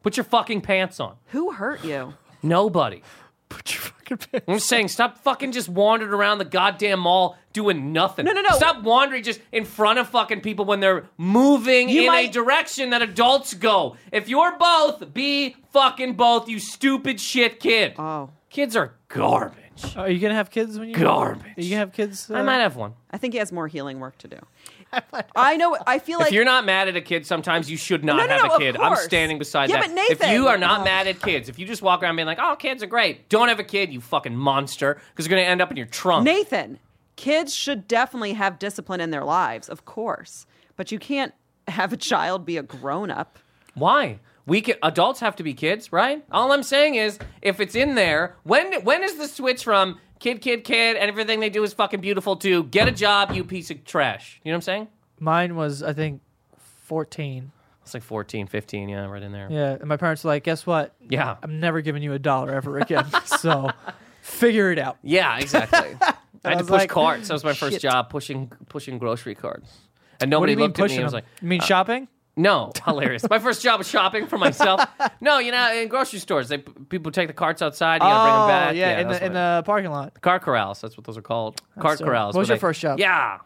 Speaker 4: Put your fucking pants on.
Speaker 3: Who hurt you?
Speaker 4: Nobody.
Speaker 2: Put your fucking pants.
Speaker 4: I'm just saying, stop fucking just wandering around the goddamn mall doing nothing.
Speaker 3: No, no, no.
Speaker 4: Stop wandering just in front of fucking people when they're moving
Speaker 3: You
Speaker 4: in a
Speaker 3: might-
Speaker 4: direction that adults go. If you're both, be fucking both, you stupid shit kid.
Speaker 3: Oh.
Speaker 4: Kids are garbage.
Speaker 2: Are you gonna have kids when you
Speaker 4: Garbage.
Speaker 2: Are you gonna have kids?
Speaker 4: I
Speaker 2: uh,
Speaker 4: might have one.
Speaker 3: I think he has more healing work to do. I know. I feel like
Speaker 4: if you're not mad at a kid, sometimes you should not
Speaker 3: No, no,
Speaker 4: have
Speaker 3: no,
Speaker 4: a
Speaker 3: of
Speaker 4: kid. I'm
Speaker 3: course.
Speaker 4: standing beside
Speaker 3: Yeah,
Speaker 4: that.
Speaker 3: but Nathan-
Speaker 4: if you are not
Speaker 3: Oh.
Speaker 4: mad at kids, if you just walk around being like, "Oh, kids are great," don't have a kid, you fucking monster, because you're gonna end up in your trunk.
Speaker 3: Nathan, kids should definitely have discipline in their lives, of course, but you can't have a child be a grown up.
Speaker 4: Why? We can, adults have to be kids, right? All I'm saying is, if it's in there, when when is the switch from kid, kid, kid, and everything they do is fucking beautiful to get a job, you piece of trash? You know what I'm saying?
Speaker 2: Mine was I think fourteen.
Speaker 4: It's like 14, 15, yeah, right in there.
Speaker 2: Yeah, and my parents were like, guess what?
Speaker 4: Yeah.
Speaker 2: I'm never giving you a dollar ever again. so figure it out.
Speaker 4: Yeah, exactly. I had to
Speaker 2: was
Speaker 4: push
Speaker 2: like,
Speaker 4: carts. That was my first
Speaker 2: "Shit."
Speaker 4: job, pushing pushing grocery carts.
Speaker 2: What do
Speaker 4: And nobody
Speaker 2: you mean
Speaker 4: looked at me
Speaker 2: pushing?
Speaker 4: and was
Speaker 2: them?
Speaker 4: like, "Uh,
Speaker 2: you mean shopping?
Speaker 4: "No, hilarious." my first job was shopping for myself. No, you know, in grocery stores, they people take the carts outside. You gotta bring them back.
Speaker 2: Oh, yeah, in
Speaker 4: that's
Speaker 2: the in
Speaker 4: what I-
Speaker 2: the parking lot.
Speaker 4: car corrals. That's what those are called. Cart
Speaker 2: so-
Speaker 4: corrals.
Speaker 2: what was
Speaker 4: where
Speaker 2: your
Speaker 4: they-
Speaker 2: first job?
Speaker 4: Yeah.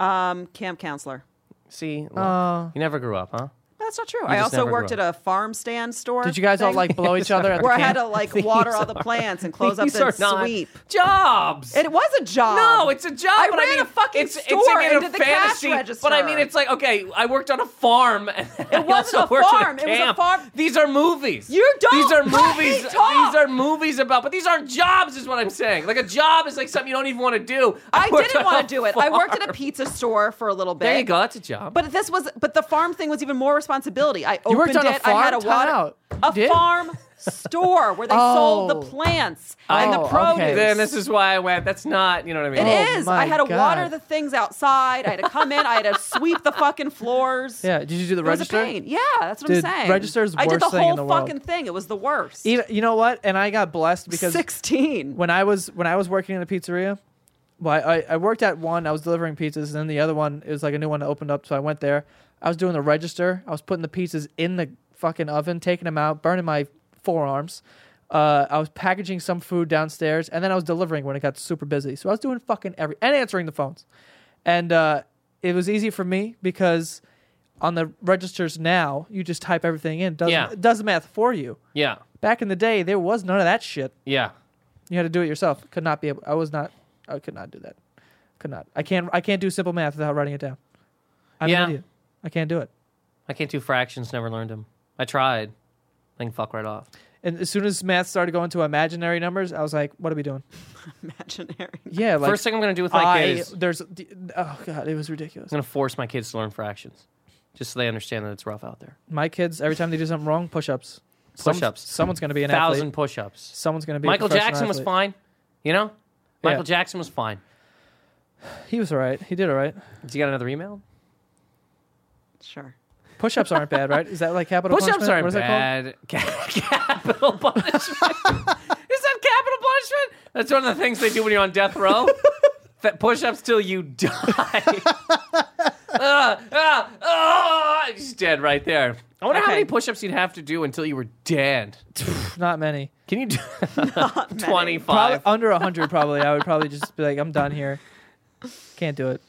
Speaker 3: Um, camp counselor.
Speaker 4: See, look,
Speaker 2: Oh.
Speaker 4: you never grew up, huh?
Speaker 3: That's not true. I
Speaker 4: just
Speaker 3: also
Speaker 4: never grew
Speaker 3: worked at a farm stand store.
Speaker 2: Did you guys all
Speaker 3: thing
Speaker 2: like blow each other? At
Speaker 3: where
Speaker 2: the
Speaker 3: I had
Speaker 2: camp?
Speaker 3: to like water all the plants and close up
Speaker 4: These are
Speaker 3: and
Speaker 4: not
Speaker 3: sweep?
Speaker 4: jobs.
Speaker 3: It was a job.
Speaker 4: No, it's a job.
Speaker 3: I
Speaker 4: but
Speaker 3: ran
Speaker 4: I mean,
Speaker 3: a fucking
Speaker 4: it's,
Speaker 3: store
Speaker 4: it's again
Speaker 3: and
Speaker 4: a
Speaker 3: did the cash
Speaker 4: fantasy.
Speaker 3: register.
Speaker 4: But I mean, it's like okay, I worked on a farm. And it
Speaker 3: wasn't a farm, it was a farm-
Speaker 4: These are movies.
Speaker 3: You don't
Speaker 4: These are
Speaker 3: let me
Speaker 4: movies.
Speaker 3: talk!
Speaker 4: These are movies about. But these aren't jobs, is what I'm saying. Like a job is like something you don't even want to do.
Speaker 3: I
Speaker 4: worked
Speaker 3: didn't
Speaker 4: on
Speaker 3: want to do it. I worked at a
Speaker 4: farm.
Speaker 3: pizza store for a little bit.
Speaker 4: There you go. That's a job.
Speaker 3: But this was but the farm thing was even more responsibility. I opened
Speaker 2: worked on a
Speaker 3: it. I had a
Speaker 2: farm? Time
Speaker 3: water
Speaker 2: out.
Speaker 3: a
Speaker 2: You did?
Speaker 3: farm store where they sold
Speaker 2: Oh.
Speaker 3: the plants and
Speaker 2: Oh,
Speaker 3: the
Speaker 2: okay.
Speaker 3: produce.
Speaker 4: then this is why I went. That's not. You know what I mean?
Speaker 3: It
Speaker 2: Oh,
Speaker 3: is.
Speaker 2: my
Speaker 3: I had to
Speaker 2: God.
Speaker 3: water the things outside. I had to come in. I had to sweep the fucking floors.
Speaker 2: Yeah. Did you do the
Speaker 3: It was a
Speaker 2: register?
Speaker 3: pain. Yeah, that's what
Speaker 2: Dude,
Speaker 3: I'm saying.
Speaker 2: register's
Speaker 3: I did
Speaker 2: worst
Speaker 3: the
Speaker 2: thing in
Speaker 3: whole
Speaker 2: the world.
Speaker 3: fucking thing. It was the worst.
Speaker 2: You know- you know what? And I got blessed because
Speaker 3: Sixteen.
Speaker 2: when I was when I was working in a pizzeria, well, I, I worked at one. I was delivering pizzas, and then the other one it was like a new one that opened up. So I went there. I was doing the register. I was putting the pizzas in the fucking oven, taking them out, burning my forearms. Uh, I was packaging some food downstairs, and then I was delivering when it got super busy. So I was doing fucking every and answering the phones, and uh, it was easy for me because on the registers now you just type everything in. Does,
Speaker 4: Yeah.
Speaker 2: It does the math for you.
Speaker 4: yeah.
Speaker 2: Back in the day, there was none of that shit.
Speaker 4: Yeah.
Speaker 2: You had to do it yourself. Could not be able. I was not. I could not do that. Could not. I can't. I can't do simple math without writing it down. I'm
Speaker 4: Yeah.
Speaker 2: an idiot. I can't do it.
Speaker 4: I can't do fractions. Never learned them. I tried. I can fuck right off.
Speaker 2: And as soon as math started going to imaginary numbers, I was like, "What are we doing?"
Speaker 3: Imaginary.
Speaker 2: Yeah. Like,
Speaker 4: First thing I'm gonna do with my
Speaker 2: I
Speaker 4: kid is I'm
Speaker 2: there's the- oh god, it was ridiculous.
Speaker 4: gonna force my kids to learn fractions, just so they understand that it's rough out there.
Speaker 2: My kids, every time they do something wrong, push-ups. Some-
Speaker 4: Push-ups.
Speaker 2: someone's gonna be an
Speaker 4: Thousand
Speaker 2: athlete.
Speaker 4: push-ups.
Speaker 2: Someone's gonna be. a
Speaker 4: Michael
Speaker 2: professional
Speaker 4: Jackson was
Speaker 2: athlete.
Speaker 4: fine. You know, Michael
Speaker 2: Yeah.
Speaker 4: Jackson was fine.
Speaker 2: He was all right. He did all right.
Speaker 4: Did you get another email?
Speaker 3: Sure.
Speaker 2: Push-ups aren't bad, right? Is that like capital?
Speaker 4: Push-ups
Speaker 2: punishment? What
Speaker 4: aren't
Speaker 2: is that called?
Speaker 4: bad. Ca- capital punishment. is that capital punishment? That's one of the things they do when you're on death row. That push-ups till you die. Ah, ah, ah, he's dead right there. I wonder how
Speaker 3: Okay.
Speaker 4: many push-ups you'd have to do until you were dead.
Speaker 2: Not many.
Speaker 4: Can you do
Speaker 2: Probably
Speaker 4: 25?
Speaker 2: under hundred. Probably. I would probably just be like, "I'm done here. Can't do it."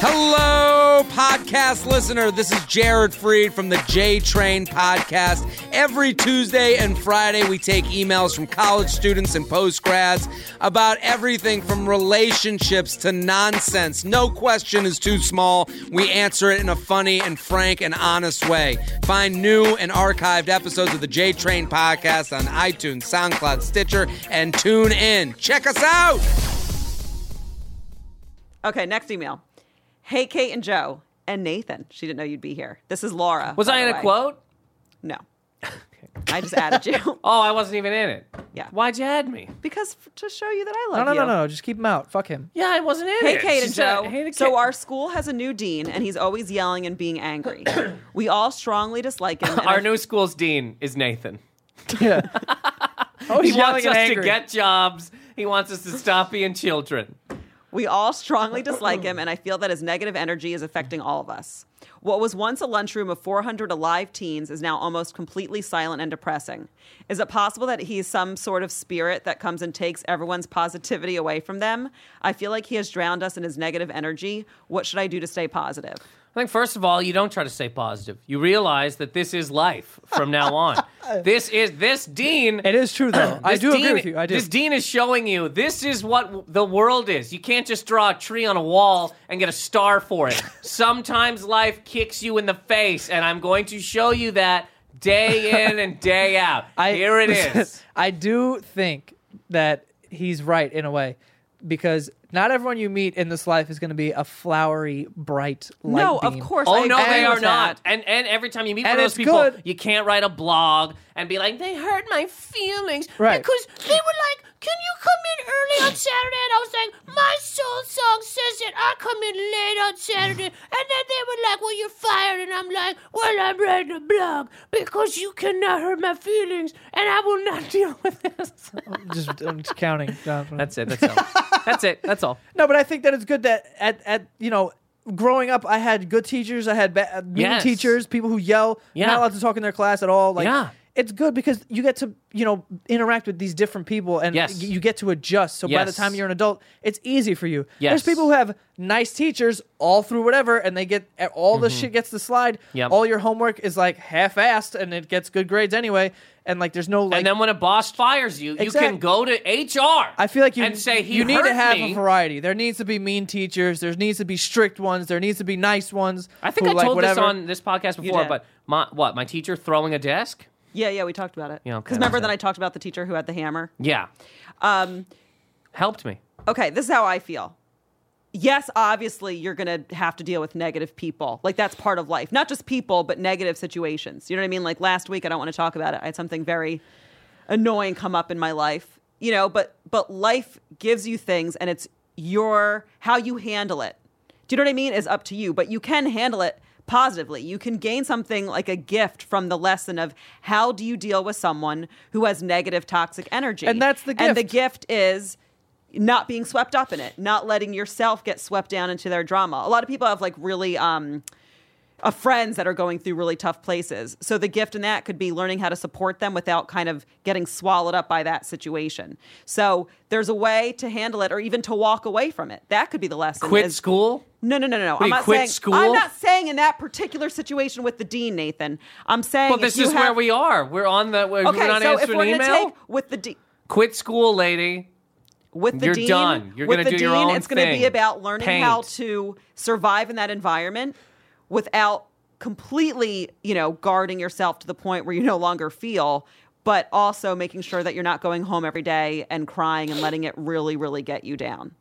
Speaker 5: Hello, podcast listener. This is Jared Freed from the J Train Podcast. Every Tuesday and Friday, we take emails from college students and postgrads about everything from relationships to nonsense. No question is too small. We answer it in a funny and frank and honest way. Find new and archived episodes of the J Train Podcast on iTunes, SoundCloud, Stitcher, and tune in. Check us out.
Speaker 3: Okay, next email. Hey, Kate and Joe and Nathan. She didn't know you'd be here. This is Laura.
Speaker 4: Was
Speaker 3: by
Speaker 4: I
Speaker 3: the
Speaker 4: in
Speaker 3: way.
Speaker 4: a quote?
Speaker 3: No. I just added you
Speaker 4: Oh, I wasn't even in it.
Speaker 3: Yeah.
Speaker 4: Why'd you add me?
Speaker 3: because f- to show you that I
Speaker 2: No,
Speaker 3: love
Speaker 2: no,
Speaker 3: you.
Speaker 2: no, no, no. Just keep him out. Fuck him.
Speaker 4: Yeah, I wasn't in
Speaker 3: Hey,
Speaker 4: it.
Speaker 3: Kate
Speaker 4: She
Speaker 3: and
Speaker 4: said,
Speaker 3: Joe.
Speaker 4: "Hey, Kate."
Speaker 3: So our school has a new dean, and he's always yelling and being angry. we all strongly dislike him. and
Speaker 4: our
Speaker 3: I-
Speaker 4: new school's dean is Nathan.
Speaker 2: Yeah. Oh,
Speaker 4: He
Speaker 2: he's yelling
Speaker 4: wants
Speaker 2: and
Speaker 4: us
Speaker 2: angry.
Speaker 4: to get jobs. He wants us to stop being children.
Speaker 3: We all strongly dislike him, and I feel that his negative energy is affecting all of us. What was once a lunchroom of 400 alive teens is now almost completely silent and depressing. Is it possible that he is some sort of spirit that comes and takes everyone's positivity away from them? I feel like he has drowned us in his negative energy. What should I do to stay positive?
Speaker 4: I think first of all, you don't try to stay positive. You realize that this is life from now on. this is this dean.
Speaker 2: It is true, though. I
Speaker 4: this
Speaker 2: do agree
Speaker 4: dean-
Speaker 2: with you. I do.
Speaker 4: This dean is showing you this is what w- the world is. You can't just draw a tree on a wall and get a star for it. Sometimes life kicks you in the face, and I'm going to show you that day in and day out. Here it
Speaker 2: listen,
Speaker 4: is.
Speaker 2: I do think that he's right in a way because not everyone you meet in this life is going to be a flowery, bright light
Speaker 3: no,
Speaker 2: beam.
Speaker 3: of course.
Speaker 4: Oh
Speaker 3: I
Speaker 4: no,
Speaker 3: agree
Speaker 4: they
Speaker 3: with
Speaker 4: are not.
Speaker 3: that.
Speaker 4: And and every time you meet
Speaker 2: And
Speaker 4: one of
Speaker 2: it's
Speaker 4: those people,
Speaker 2: good.
Speaker 4: you can't write a blog and be like, "They hurt my feelings,"
Speaker 2: Right.
Speaker 4: Because they were like, "Can you come in early on Saturday?" And I was like, "My soul song says that I come in late on Saturday." And then they were like, "Well, you're fired," and I'm like, "Well, I'm writing a blog because you cannot hurt my feelings, and I will not deal with this."
Speaker 2: Just, I'm just counting. That's
Speaker 4: it. That's all. that's it. That's all.
Speaker 2: no, but I think that it's good that at at you know. Growing up, I had good teachers. I had ba- uh, mean
Speaker 4: Yes.
Speaker 2: teachers, people who yell,
Speaker 4: Yeah.
Speaker 2: not allowed to talk in their class at all. Like,
Speaker 4: Yeah.
Speaker 2: it's good because you get to you know interact with these different people, and
Speaker 4: Yes.
Speaker 2: y- you get to adjust. So by the
Speaker 4: Yes.
Speaker 2: time you're an adult, it's easy for you.
Speaker 4: Yes.
Speaker 2: There's people who have nice teachers all through whatever, and they get eh, all the shit gets to slide.
Speaker 4: Mm-hmm. Yep.
Speaker 2: All your homework is like half-assed, and it gets good grades anyway. And like, there's no like.
Speaker 4: and then when a boss fires you, you
Speaker 2: Exact-
Speaker 4: can go to HR.
Speaker 2: I feel like you
Speaker 4: and say he
Speaker 2: you need to
Speaker 4: hurt
Speaker 2: have
Speaker 4: me."
Speaker 2: a variety. There needs to be mean teachers. There needs to be strict ones. There needs to be nice ones.
Speaker 4: I think
Speaker 2: who,
Speaker 4: I
Speaker 2: like,
Speaker 4: told
Speaker 2: whatever.
Speaker 4: this on this podcast before,
Speaker 3: did.
Speaker 4: but my what my teacher throwing a desk.
Speaker 3: Yeah, yeah, we talked about it.
Speaker 4: Yeah, okay,
Speaker 3: Because remember
Speaker 4: okay.
Speaker 3: that I talked about the teacher who had the hammer?
Speaker 4: Yeah,
Speaker 3: Um,
Speaker 4: helped me.
Speaker 3: okay, this is how I feel. Yes, obviously, you're going to have to deal with negative people. Like, that's part of life. Not just people, but negative situations. You know what I mean? Like, last week, I don't want to talk about it. I had something very annoying come up in my life, you know, but, but life gives you things and it's your, how you handle it. Do you know what I mean? Is up to you, but you can handle it positively. You can gain something like a gift from the lesson of how do you deal with someone who has negative toxic energy.
Speaker 2: And that's the
Speaker 3: And the gift
Speaker 2: gift.
Speaker 3: is not being swept up in it, not letting yourself get swept down into their drama. A lot of people have like really um uh, friends that are going through really tough places. So the gift in that could be learning how to support them without kind of getting swallowed up by that situation. So there's a way to handle it or even to walk away from it. That could be the lesson.
Speaker 4: Quit
Speaker 3: is-
Speaker 4: school.
Speaker 3: No, no, no, no, no.
Speaker 4: do
Speaker 3: I'm
Speaker 4: you
Speaker 3: not
Speaker 4: quit
Speaker 3: saying
Speaker 4: school?
Speaker 3: I'm not saying in that particular situation with the dean, Nathan. I'm saying
Speaker 4: But
Speaker 3: if
Speaker 4: this
Speaker 3: you
Speaker 4: is
Speaker 3: have-
Speaker 4: where we are. We're on the. We're
Speaker 3: Okay,
Speaker 4: not
Speaker 3: so if
Speaker 4: answering
Speaker 3: we're gonna
Speaker 4: email.
Speaker 3: take with the dean
Speaker 4: Quit school, lady.
Speaker 3: with the
Speaker 4: You're
Speaker 3: dean,
Speaker 4: done. You're
Speaker 3: with
Speaker 4: gonna
Speaker 3: the
Speaker 4: do
Speaker 3: dean,
Speaker 4: your own
Speaker 3: it's going to
Speaker 4: thing.
Speaker 3: be about learning
Speaker 4: Paint.
Speaker 3: how to survive in that environment without completely, you know, guarding yourself to the point where you no longer feel, but also making sure that you're not going home every day and crying and letting it really, really get you down.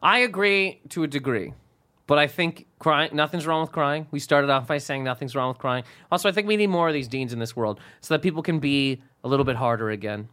Speaker 4: I agree to a degree, but I think crying. Nothing's wrong with crying. We started off by saying nothing's wrong with crying. Also, I think we need more of these deans in this world so that people can be a little bit harder again.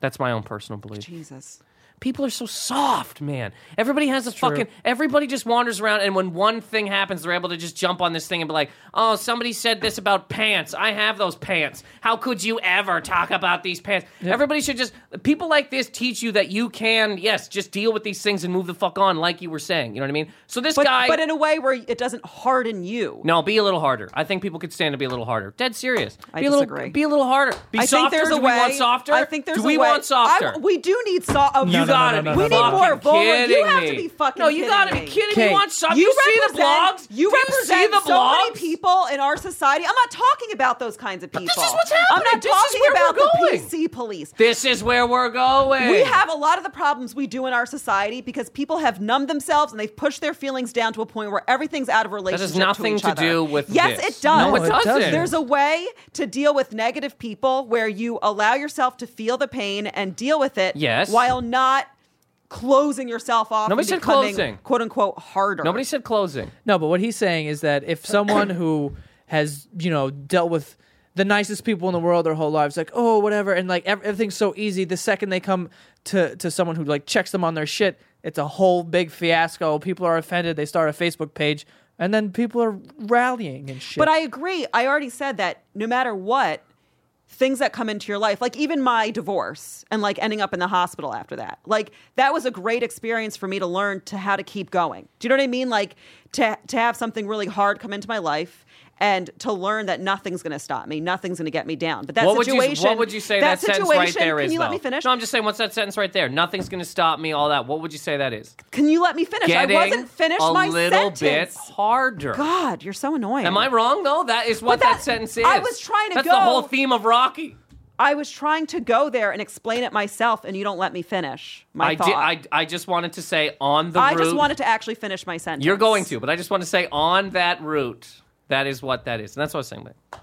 Speaker 4: That's my own personal belief.
Speaker 3: Jesus.
Speaker 4: People are so soft, man. Everybody has a fucking. Everybody just wanders around, and when one thing happens, they're able to just jump on this thing and be like, "Oh, somebody said this about pants. I have those pants. How could you ever talk about these pants?" Everybody should just. People like this teach you that you can, yes, just deal with these things and move the fuck on, like you were saying. You know what I mean? So this
Speaker 3: But,
Speaker 4: guy,
Speaker 3: but in a way where it doesn't harden you.
Speaker 4: no, be a little harder. I think people could stand to be a little harder. Dead serious.
Speaker 3: I
Speaker 4: be a little,
Speaker 3: disagree.
Speaker 4: Be a little harder. Be
Speaker 3: I
Speaker 4: softer.
Speaker 3: think there's a
Speaker 4: Do
Speaker 3: way.
Speaker 4: we want softer?
Speaker 3: I think there's
Speaker 4: Do
Speaker 3: a
Speaker 4: we
Speaker 3: way.
Speaker 4: want softer?
Speaker 3: I- we do need oh, soft.
Speaker 4: You
Speaker 2: no, no,
Speaker 4: gotta
Speaker 2: no,
Speaker 4: be.
Speaker 2: no,
Speaker 3: we need
Speaker 2: no.
Speaker 3: more
Speaker 4: fucking
Speaker 3: vulnerable. You
Speaker 4: kidding
Speaker 3: have
Speaker 4: me.
Speaker 3: to be fucking.
Speaker 4: No, you
Speaker 3: kidding
Speaker 4: gotta
Speaker 3: me.
Speaker 4: be kidding me.
Speaker 2: Kate,
Speaker 4: You want something?
Speaker 3: You,
Speaker 4: You, see the
Speaker 3: represent,
Speaker 4: blogs?
Speaker 3: You
Speaker 4: Do
Speaker 3: represent
Speaker 4: see the
Speaker 3: so many
Speaker 4: blogs?
Speaker 3: people in our society. I'm not talking about those kinds of people.
Speaker 4: this is what's happening.
Speaker 3: I'm not
Speaker 4: This is
Speaker 3: talking
Speaker 4: where
Speaker 3: about
Speaker 4: we're going.
Speaker 3: the PC police.
Speaker 4: This is where we're going.
Speaker 3: We have a lot of the problems we do in our society because people have numbed themselves and they've pushed their feelings down to a point where everyth's out of relationship.
Speaker 4: nothing
Speaker 3: to, each
Speaker 4: to
Speaker 3: other.
Speaker 4: do with
Speaker 3: Yes,
Speaker 4: this.
Speaker 3: it does.
Speaker 4: No,
Speaker 2: it No, it doesn't. doesn't.
Speaker 3: There's a way to deal with negative people where you allow yourself to feel the pain and deal with it.
Speaker 4: Yes.
Speaker 3: While not closing yourself off.
Speaker 4: Nobody
Speaker 3: and
Speaker 4: said
Speaker 3: becoming,
Speaker 4: closing.
Speaker 3: Quote unquote harder.
Speaker 4: Nobody said closing.
Speaker 2: No, but what he's saying is that if someone who has, you know, dealt with the nicest people in the world their whole lives, like, oh, whatever, and like ev- everything's so easy, the second they come to, to someone who like checks them on their shit, it's a whole big fiasco. People are offended. They start a Facebook page, and then people are rallying and shit.
Speaker 3: But I agree. I already said that no matter what, things that come into your life, like even my divorce and like ending up in the hospital after that, like that was a great experience for me to learn to how to keep going. Do you know what I mean? Like to to have something really hard come into my life and to learn that nothing's going to stop me, nothing's going to get me down. But that
Speaker 4: what would you
Speaker 3: situation,
Speaker 4: What would you say that, sentence right
Speaker 3: situation-
Speaker 4: there is?
Speaker 3: Can you let
Speaker 4: though?
Speaker 3: me finish?
Speaker 4: No, I'm just saying. What's that sentence right there? Nothing's going to stop me. All that. What would you say that is?
Speaker 3: can you let me finish? I
Speaker 4: Getting
Speaker 3: wasn't finished
Speaker 4: a
Speaker 3: my
Speaker 4: little
Speaker 3: sentence.
Speaker 4: bit harder.
Speaker 3: God, you're so annoying.
Speaker 4: Am I wrong though? That is what
Speaker 3: But
Speaker 4: that,
Speaker 3: that-
Speaker 4: sentence is.
Speaker 3: I was trying to
Speaker 4: That's
Speaker 3: go-
Speaker 4: the whole theme of Rocky.
Speaker 3: I was trying to go there and explain it myself, and you don't let me finish my
Speaker 4: I
Speaker 3: thought.
Speaker 4: did. I, I just wanted to say on the
Speaker 3: I
Speaker 4: route.
Speaker 3: just wanted to actually finish my sentence.
Speaker 4: You're going to, but I just want to say on that route. That is what that is, and that's what I was saying. But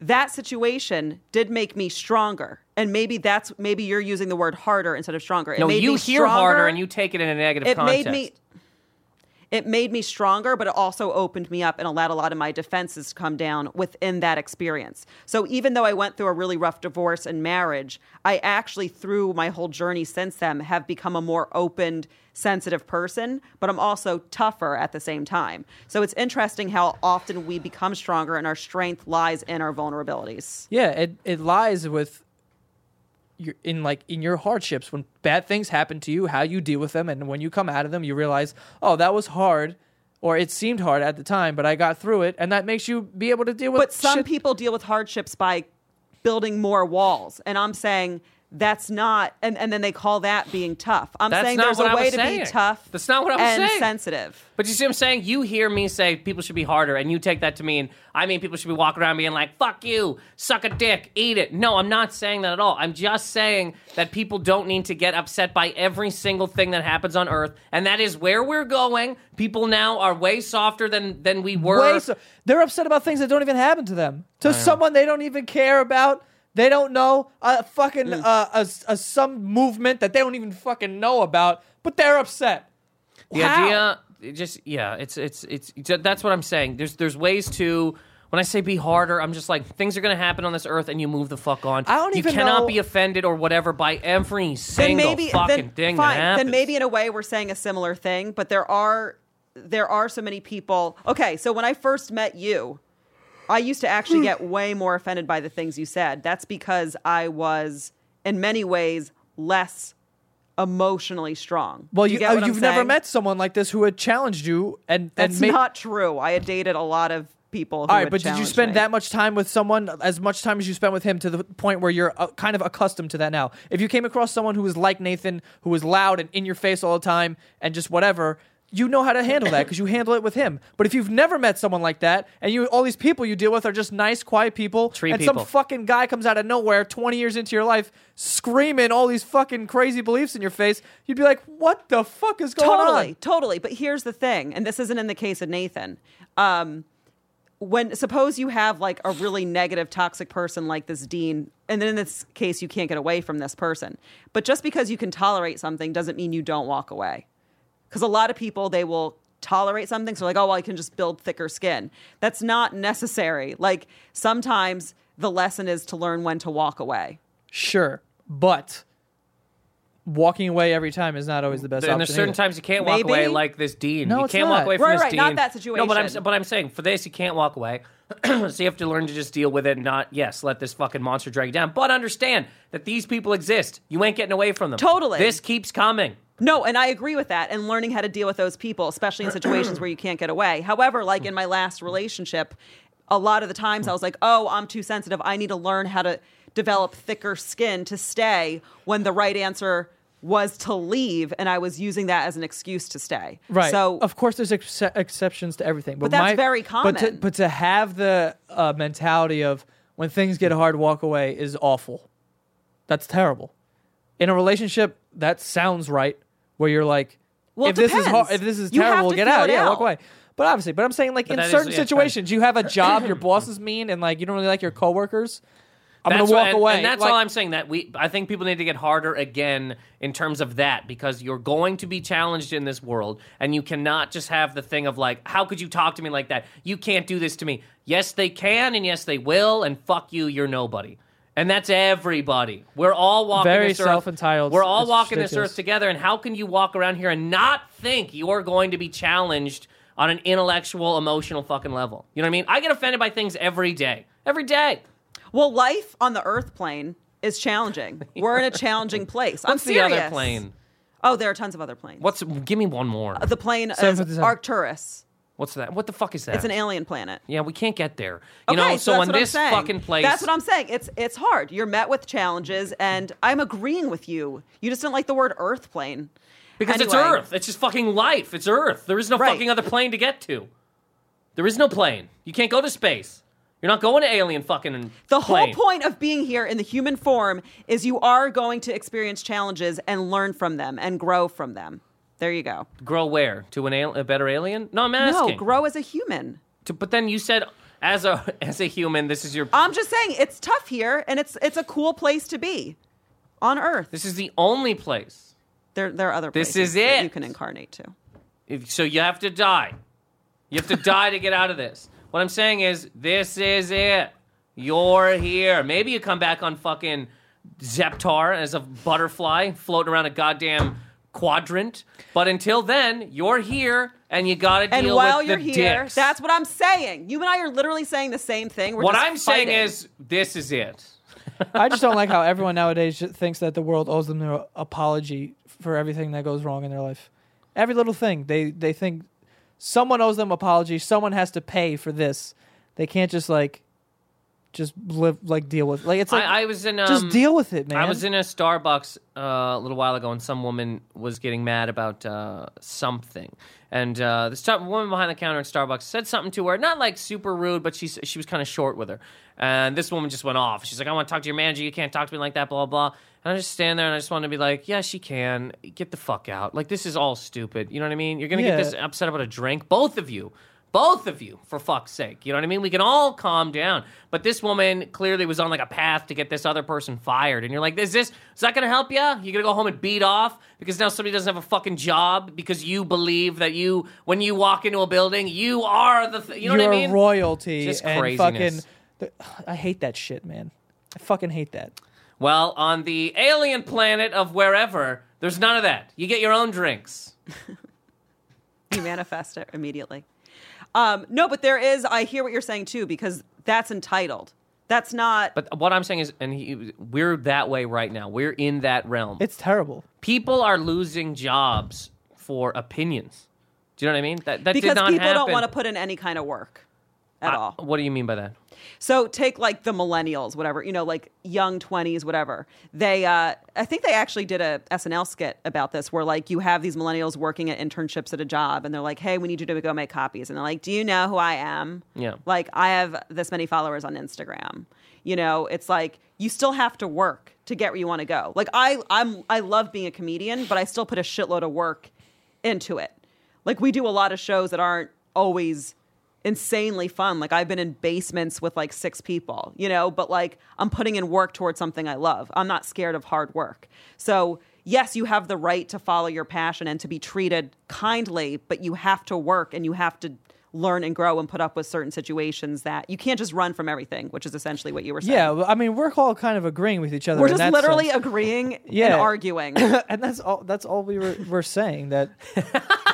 Speaker 3: That situation did make me stronger, and maybe that's maybe you're using the word harder instead of stronger. It
Speaker 4: no,
Speaker 3: made
Speaker 4: you
Speaker 3: me
Speaker 4: hear
Speaker 3: stronger.
Speaker 4: harder and you take it in a negative
Speaker 3: It
Speaker 4: context.
Speaker 3: made me. It made me stronger, but it also opened me up and allowed a lot of my defenses to come down within that experience. So even though I went through a really rough divorce and marriage, I actually through my whole journey since then have become a more opened, sensitive person, but I'm also tougher at the same time. So it's interesting how often we become stronger and our strength lies in our vulnerabilities.
Speaker 2: Yeah, it it lies with your in like in your hardships when bad things happen to you, how you deal with them, and when you come out of them, you realize, oh, that was hard, or it seemed hard at the time, but I got through it, and that makes you be able to deal with.
Speaker 3: But some
Speaker 2: shit.
Speaker 3: people deal with hardships by building more walls. And I'm saying that's not, and, and then they call that being tough. I'm
Speaker 4: That's
Speaker 3: saying
Speaker 4: not
Speaker 3: there's
Speaker 4: what I
Speaker 3: a
Speaker 4: was
Speaker 3: way to
Speaker 4: saying.
Speaker 3: be tough
Speaker 4: That's not what I was
Speaker 3: and
Speaker 4: saying.
Speaker 3: sensitive.
Speaker 4: But you see what I'm saying? You hear me say people should be harder, and you take that to mean, I mean, people should be walking around being like, fuck you, suck a dick, eat it. No, I'm not saying that at all. I'm just saying that people don't need to get upset by every single thing that happens on earth, and that is where we're going. People now are way softer than, than we were.
Speaker 2: Way so- they're upset about things that don't even happen to them, to someone they don't even care about. They don't know a fucking uh, a, a some movement that they don't even fucking know about, but they're upset.
Speaker 4: The idea, it just yeah, it's it's it's that's what I'm saying. There's there's ways to. When I say be harder, I'm just like things are going to happen on this earth, and you move the fuck on.
Speaker 2: I don't
Speaker 4: you
Speaker 2: even
Speaker 4: cannot
Speaker 2: know-
Speaker 4: be offended or whatever by every
Speaker 3: Then
Speaker 4: single
Speaker 3: maybe,
Speaker 4: fucking
Speaker 3: then,
Speaker 4: thing
Speaker 3: fine.
Speaker 4: that happens.
Speaker 3: Then maybe in a way we're saying a similar thing, but there are, there are so many people. Okay. So when I first met you, I used to actually get way more offended by the things you said. That's because I was, in many ways, less emotionally strong.
Speaker 2: Well,
Speaker 3: Do
Speaker 2: you,
Speaker 3: get
Speaker 2: uh,
Speaker 3: what I'm
Speaker 2: you've never
Speaker 3: saying?
Speaker 2: met someone like this who had challenged you and
Speaker 3: That's
Speaker 2: and made,
Speaker 3: not true. I had dated a lot of people. Who
Speaker 2: All right,
Speaker 3: had
Speaker 2: but did you
Speaker 3: challenged
Speaker 2: spend
Speaker 3: me.
Speaker 2: that much time with someone, as much time as you spent with him, to the point where you're uh, kind of accustomed to that now? If you came across someone who was like Nathan, who was loud and in your face all the time and just whatever, you know how to handle that because you handle it with him. But if you've never met someone like that, and you all these people you deal with are just nice, quiet people,
Speaker 4: Tree
Speaker 2: and
Speaker 4: people.
Speaker 2: some fucking guy comes out of nowhere, twenty years into your life, screaming all these fucking crazy beliefs in your face, you'd be like, "What the fuck is going
Speaker 3: Totally,
Speaker 2: on?"
Speaker 3: totally. But here's the thing, and this isn't in the case of Nathan. Um, when suppose you have like a really negative, toxic person like this dean, and then in this case you can't get away from this person. But just because you can tolerate something doesn't mean you don't walk away. because a lot of people they will tolerate something so like oh well i can just build thicker skin that's not necessary like sometimes the lesson is to learn when to walk away
Speaker 2: Sure, but walking away every time is not always the best
Speaker 4: and
Speaker 2: option.
Speaker 4: there's certain
Speaker 2: either.
Speaker 4: times you can't walk
Speaker 3: Maybe.
Speaker 4: away like this dean.
Speaker 2: No,
Speaker 4: you
Speaker 2: it's
Speaker 4: can't walk
Speaker 2: not.
Speaker 4: away from
Speaker 3: Right,
Speaker 4: this
Speaker 3: right, not
Speaker 4: dean.
Speaker 3: that
Speaker 4: No, but I'm
Speaker 3: situation.
Speaker 4: but I'm saying for this you can't walk away. so you have to learn to just deal with it and not yes, let this fucking monster drag you down. But understand that these people exist. You ain't getting away from them.
Speaker 3: Totally.
Speaker 4: This keeps coming.
Speaker 3: No, and I agree with that. And learning how to deal with those people, especially in situations where you can't get away. However, like in my last relationship, a lot of the times I was like, oh, I'm too sensitive. I need to learn how to develop thicker skin to stay when the right answer was to leave. And I was using that as an excuse to stay.
Speaker 2: Right.
Speaker 3: So,
Speaker 2: of course, there's ex- exceptions to everything,
Speaker 3: But
Speaker 2: but,
Speaker 3: that's
Speaker 2: my-
Speaker 3: very
Speaker 2: But to,
Speaker 3: common.
Speaker 2: but to have the uh, mentality of when things get hard, walk away is awful. That's terrible. In a relationship, that sounds right. Where you're like,
Speaker 3: Well, it
Speaker 2: if this is hard,
Speaker 3: depends.
Speaker 2: if this is
Speaker 3: You have
Speaker 2: terrible,
Speaker 3: to
Speaker 2: get
Speaker 3: feel
Speaker 2: out,
Speaker 3: it
Speaker 2: yeah, walk
Speaker 3: out.
Speaker 2: away. But obviously, but I'm saying like in
Speaker 4: that is-
Speaker 2: certain
Speaker 4: yeah, it's fine.
Speaker 2: situations, you have a job, your boss is mean, and like you don't really like your coworkers.
Speaker 6: I'm gonna
Speaker 4: That's
Speaker 6: walk
Speaker 4: what- and-
Speaker 6: away.
Speaker 4: And that's
Speaker 6: Like-
Speaker 4: all I'm saying. That we, I think people need to get harder again in terms of that because you're going to be challenged in this world, and you cannot just have the thing of like, how could you talk to me like that? You can't do this to me. Yes, they can, and yes, they will, and fuck you, you're nobody. And that's everybody. We're all walking
Speaker 6: Very
Speaker 4: this earth-
Speaker 6: self-entitled.
Speaker 4: We're all
Speaker 6: It's
Speaker 4: walking this
Speaker 6: ridiculous.
Speaker 4: earth together. And how can you walk around here and not think you are going to be challenged on an intellectual, emotional fucking level? You know what I mean? I get offended by things every day. Every day.
Speaker 3: Well, life on the Earth plane is challenging. We're in a challenging place. I'm
Speaker 4: What's the
Speaker 3: serious.
Speaker 4: other plane?
Speaker 3: Oh, there are tons of other planes.
Speaker 4: What's give me one more?
Speaker 3: the plane? Is
Speaker 6: 757.
Speaker 3: Arcturus.
Speaker 4: What's that? What the fuck is that?
Speaker 3: It's an alien planet.
Speaker 4: yeah, we can't get there. You
Speaker 3: okay, so,
Speaker 4: know, so,
Speaker 3: that's
Speaker 4: in
Speaker 3: what I'm
Speaker 4: this
Speaker 3: saying.
Speaker 4: fucking place,
Speaker 3: That's what I'm saying. It's it's hard. You're met with challenges, and I'm agreeing with you. You just don't like the word Earth plane
Speaker 4: because it's
Speaker 3: Anyway.
Speaker 4: Earth. It's just fucking life. It's Earth. There is no
Speaker 3: Right.
Speaker 4: fucking other plane to get to. There is no plane. You can't go to space. You're not going to alien fucking.
Speaker 3: The
Speaker 4: plane.
Speaker 3: whole point of being here in the human form is you are going to experience challenges and learn from them and grow from them. There you go.
Speaker 4: Grow where to an al- a better alien? No, I'm asking.
Speaker 3: No, grow as a human.
Speaker 4: To- but then you said, as a as a human, this is your.
Speaker 3: I'm just saying it's tough here and it's it's a cool place to be on earth.
Speaker 4: this is the only place.
Speaker 3: There there are other
Speaker 4: This
Speaker 3: places
Speaker 4: is
Speaker 3: that
Speaker 4: it.
Speaker 3: you can incarnate to.
Speaker 4: If- so you have to die. You have to die to get out of this. What I'm saying is, this is it. You're here. Maybe you come back on fucking Zeptar as a butterfly floating around a goddamn quadrant. But until then, you're here and you gotta deal
Speaker 3: And while
Speaker 4: with
Speaker 3: you're
Speaker 4: the
Speaker 3: here,
Speaker 4: dicks.
Speaker 3: that's what I'm saying. You and I are literally saying the same thing. We're
Speaker 4: what
Speaker 3: just
Speaker 4: I'm
Speaker 3: fighting.
Speaker 4: saying is, this is it.
Speaker 6: I just don't like how everyone nowadays ju- thinks that the world owes them their apology for everything that goes wrong in their life. Every little thing they they think someone owes them apology. Someone has to pay for this. They can't just like just live like deal with like it's like
Speaker 4: I, I was in um,
Speaker 6: just deal with it, man.
Speaker 4: I was in a Starbucks uh, a little while ago, and some woman was getting mad about uh, something. And uh, the stu- woman behind the counter at Starbucks said something to her, not like super rude, but she s- she was kind of short with her. And this woman just went off. She's like, "I want to talk to your manager. You can't talk to me like that." Blah blah. And I just stand there, and I just want to be like, "Yeah, she can. Get the fuck out. Like this is all stupid. You know what I mean? You're gonna
Speaker 6: Yeah.
Speaker 4: get this upset about a drink, both of you." Both of you, for fuck's sake. You know what I mean? We can all calm down. But this woman clearly was on like a path to get this other person fired. And you're like, is this, is that going to help you? You're going to go home and beat off because now somebody doesn't have a fucking job because you believe that you, when you walk into a building, you are the, th- you know
Speaker 6: You're
Speaker 4: what I mean?
Speaker 6: royalty
Speaker 4: Just
Speaker 6: and
Speaker 4: craziness.
Speaker 6: fucking. I hate that shit, man. I fucking hate that.
Speaker 4: well, on the alien planet of wherever, there's none of that. You get your own drinks.
Speaker 3: you manifest it immediately. Um, no, but there is. I hear what you're saying too, because that's entitled. That's not.
Speaker 4: But what I'm saying is, and he, we're that way right now. We're in that realm.
Speaker 6: It's terrible.
Speaker 4: people are losing jobs for opinions. Do you know what I mean? That that
Speaker 3: because
Speaker 4: did not
Speaker 3: people
Speaker 4: happen.
Speaker 3: don't want to put in any kind of work at
Speaker 4: I-
Speaker 3: all.
Speaker 4: What do you mean by that?
Speaker 3: So take like the millennials, whatever you know, like young twenties, whatever. They, uh, I think they actually did a SNL skit about this, where like you have these millennials working at internships at a job, and they're like, "Hey, we need you to go make copies," and they're like, "Do you know who I am?
Speaker 4: Yeah.
Speaker 3: like I have this many followers on Instagram. You know, it's like you still have to work to get where you want to go. Like I, I'm, I love being a comedian, but I still put a shitload of work into it. Like we do a lot of shows that aren't always insanely fun. Like I've been in basements with like six people, you know, but like I'm putting in work towards something I love. I'm not scared of hard work. So, yes, you have the right to follow your passion and to be treated kindly, but you have to work and you have to learn and grow and put up with certain situations that you can't just run from everything, which is essentially what you were saying.
Speaker 6: Yeah, well, I mean, we're all kind of agreeing with each other.
Speaker 3: We're
Speaker 6: in
Speaker 3: just
Speaker 6: that
Speaker 3: literally
Speaker 6: sense.
Speaker 3: agreeing
Speaker 6: Yeah.
Speaker 3: and arguing.
Speaker 6: and that's all that's all we were, were saying that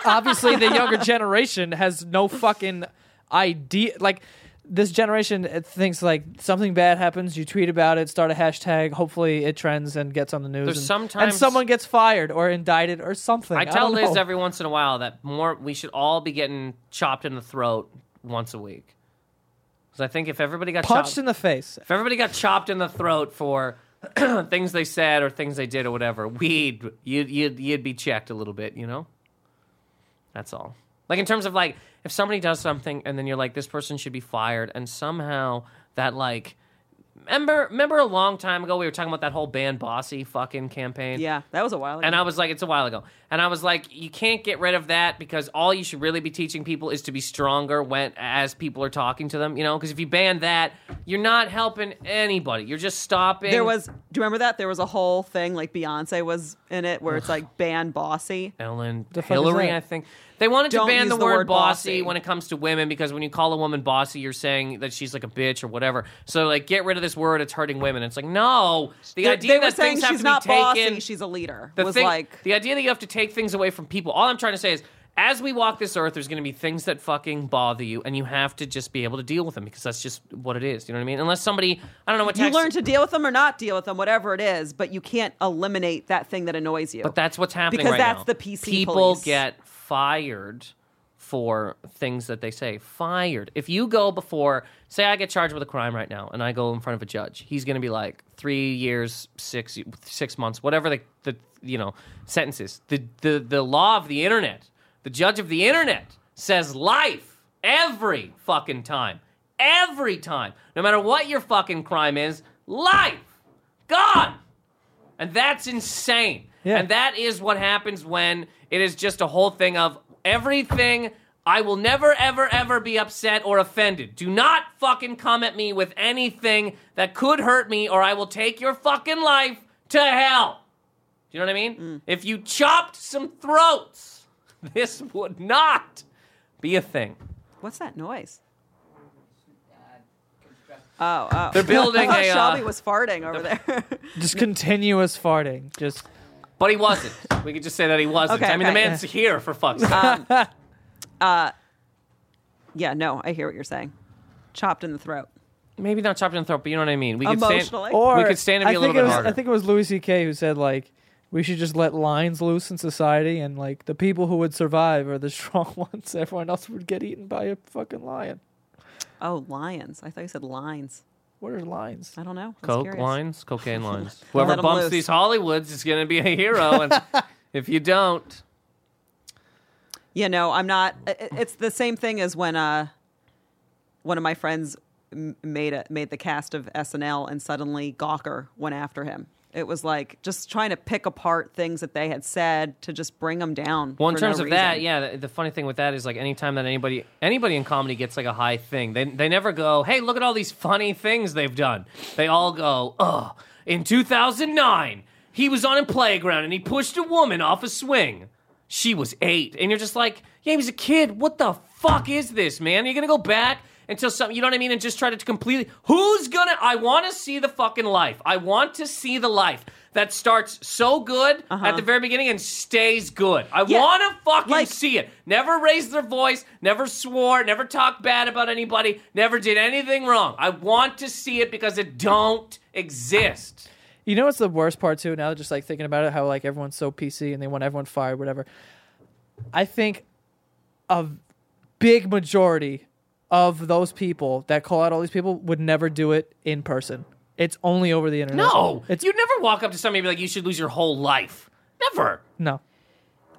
Speaker 6: obviously the younger generation has no fucking idea like this generation it thinks like something bad happens you tweet about it start a hashtag hopefully it trends and gets on the news
Speaker 4: There's
Speaker 6: and, and
Speaker 4: sometimes-
Speaker 6: someone gets fired or indicted or something
Speaker 4: I tell
Speaker 6: don't
Speaker 4: Liz
Speaker 6: know.
Speaker 4: every once in a while that more we should all be getting chopped in the throat once a week. Because I think if everybody got
Speaker 6: punched
Speaker 4: chopped,
Speaker 6: in the face
Speaker 4: if everybody got chopped in the throat for things they said or things they did or whatever, we'd you'd you'd, you'd be checked a little bit, you know. That's all. Like in terms of like if somebody does something and then you're like this person should be fired and somehow that like remember remember a long time ago we were talking about that whole ban bossy fucking campaign.
Speaker 3: yeah, that was a while ago.
Speaker 4: And I was like, it's a while ago. And I was like, you can't get rid of that because all you should really be teaching people is to be stronger when as people are talking to them, you know? Because if you ban that, You're not helping anybody. You're just stopping.
Speaker 3: There was. Do you remember that? There was a whole thing like Beyonce was in it, where it's like ban bossy.
Speaker 4: Ellen
Speaker 6: fuck is
Speaker 4: Hillary,
Speaker 6: that?
Speaker 4: I think. They wanted
Speaker 3: Don't
Speaker 4: to ban
Speaker 3: use
Speaker 4: the,
Speaker 3: the
Speaker 4: word
Speaker 3: word
Speaker 4: bossy,
Speaker 3: bossy.
Speaker 4: when it comes to women because when you call a woman bossy, you're saying that she's like a bitch or whatever. So like get rid of this word, it's hurting women. It's like, no. The
Speaker 3: They-
Speaker 4: idea
Speaker 3: they were
Speaker 4: that
Speaker 3: saying
Speaker 4: things have
Speaker 3: she's
Speaker 4: to
Speaker 3: not
Speaker 4: be taken
Speaker 3: bossy, she's a leader.
Speaker 4: the
Speaker 3: was
Speaker 4: thing-
Speaker 3: like
Speaker 4: the idea that you have to take things away from people. All I'm trying to say is, as we walk this earth, there's going to be things that fucking bother you, and you have to just be able to deal with them because that's just what it is. You know what I mean? Unless somebody, I don't know what
Speaker 3: you
Speaker 4: text-
Speaker 3: learn to deal with them or not deal with them, whatever it is, but you can't eliminate that thing that annoys you.
Speaker 4: But that's what's happening
Speaker 3: Because
Speaker 4: right
Speaker 3: that's
Speaker 4: now.
Speaker 3: the PC
Speaker 4: People
Speaker 3: police.
Speaker 4: get fired for things that they say. Fired. If you go before, say, I get charged with a crime right now, and I go in front of a judge, he's going to be like three years, six six months, whatever the, the you know sentences. The the the law of the internet, the judge of the internet says life every fucking time, every time, no matter what your fucking crime is, life gone. And that's insane.
Speaker 6: Yeah.
Speaker 4: And that is what happens when it is just a whole thing of everything. I will never, ever, ever be upset or offended. Do not fucking come at me with anything that could hurt me, or I will take your fucking life to hell. Do you know what I mean?
Speaker 3: Mm.
Speaker 4: If you chopped some throats, this would not be a thing.
Speaker 3: What's that noise? Oh, oh.
Speaker 4: They're building
Speaker 3: I thought
Speaker 4: a, uh,
Speaker 3: Shelby was farting over there.
Speaker 6: Just continuous farting. Just
Speaker 4: But he wasn't. we could just say that he wasn't.
Speaker 3: Okay,
Speaker 4: I mean, the
Speaker 3: okay. Uh,
Speaker 4: man's here for fuck's sake.
Speaker 3: yeah, no, I hear what you're saying. Chopped in the throat.
Speaker 4: Maybe not chopped in the throat, but you know what I mean. We could stand,
Speaker 3: Emotionally.
Speaker 6: or
Speaker 4: we could stand to be
Speaker 6: I
Speaker 4: a little
Speaker 6: think it
Speaker 4: bit
Speaker 6: was,
Speaker 4: harder.
Speaker 6: I think it was Louis C.K. who said like we should just let lions loose in society, and like the people who would survive are the strong ones. Everyone else would get eaten by a fucking lion.
Speaker 3: Oh, lions. I thought you said lines.
Speaker 6: What are lions?
Speaker 3: I don't know. I was
Speaker 4: Coke
Speaker 3: curious.
Speaker 4: lines, cocaine lines. Whoever
Speaker 3: Let 'em
Speaker 4: bumps
Speaker 3: loose.
Speaker 4: these Hollywoods is going to be a hero. And if you don't,
Speaker 3: you know i'm not i- i- it's the same thing as when uh one of my friends m- made a made the cast of snl and suddenly gawker went after him it was like just trying to pick apart things that they had said to just bring them down
Speaker 4: well, in
Speaker 3: for no
Speaker 4: terms of that,
Speaker 3: reason.
Speaker 4: yeah. The, the funny thing with that is like anytime that anybody anybody in comedy gets like a high thing, they they never go, "Hey, look at all these funny things they've done." They all go, "Oh, in 2009, he was on a playground and he pushed a woman off a swing. She was eight, and you're just like, "Yeah, he was a kid. What the fuck is this, man? You're gonna go back." until something you know what I mean and just try to completely who's gonna I wanna see the fucking life. I want to see the life that starts so good at the very beginning and stays good. I
Speaker 3: Yeah.
Speaker 4: wanna fucking
Speaker 3: Like-
Speaker 4: see it. Never raised their voice, never swore, never talked bad about anybody, never did anything wrong. I want to see it because it don't exist.
Speaker 6: You know what's the worst part too? Now just like thinking about it, how like everyone's so PC and they want everyone fired, whatever. I think a big majority of those people that call out all these people would never do it in person. It's only over the internet.
Speaker 4: No.
Speaker 6: it's
Speaker 4: You'd never walk up to somebody and be like, you should lose your whole life. Never.
Speaker 6: no.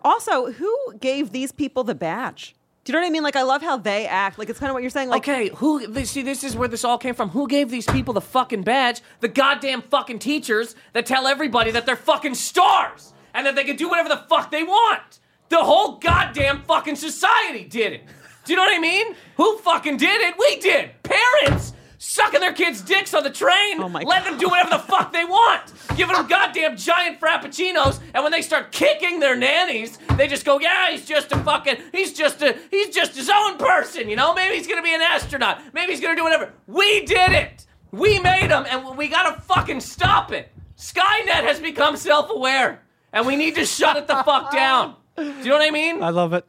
Speaker 3: also who gave these people the badge do you know what i mean like i love how they act like it's kind of what you're saying like
Speaker 4: okay, who? th- See, this is where this all came from. Who gave these people the fucking badge? The goddamn fucking teachers that tell everybody that they're fucking stars and that they can do whatever the fuck they want. The whole goddamn fucking society did it. Do you know what I mean? Who fucking did it? We did. Parents sucking their kids' dicks on the train,
Speaker 3: Oh my
Speaker 4: letting them do whatever the fuck they want, giving them goddamn giant frappuccinos, and when they start kicking their nannies, they just go, yeah, he's just a fucking, he's just a, he's just his own person, you know? Maybe he's gonna be an astronaut, maybe he's gonna do whatever. We did it! We made him, and we gotta fucking stop it! Skynet has become self aware, and we need to shut it the fuck down. Do you know what I mean?
Speaker 6: I love it.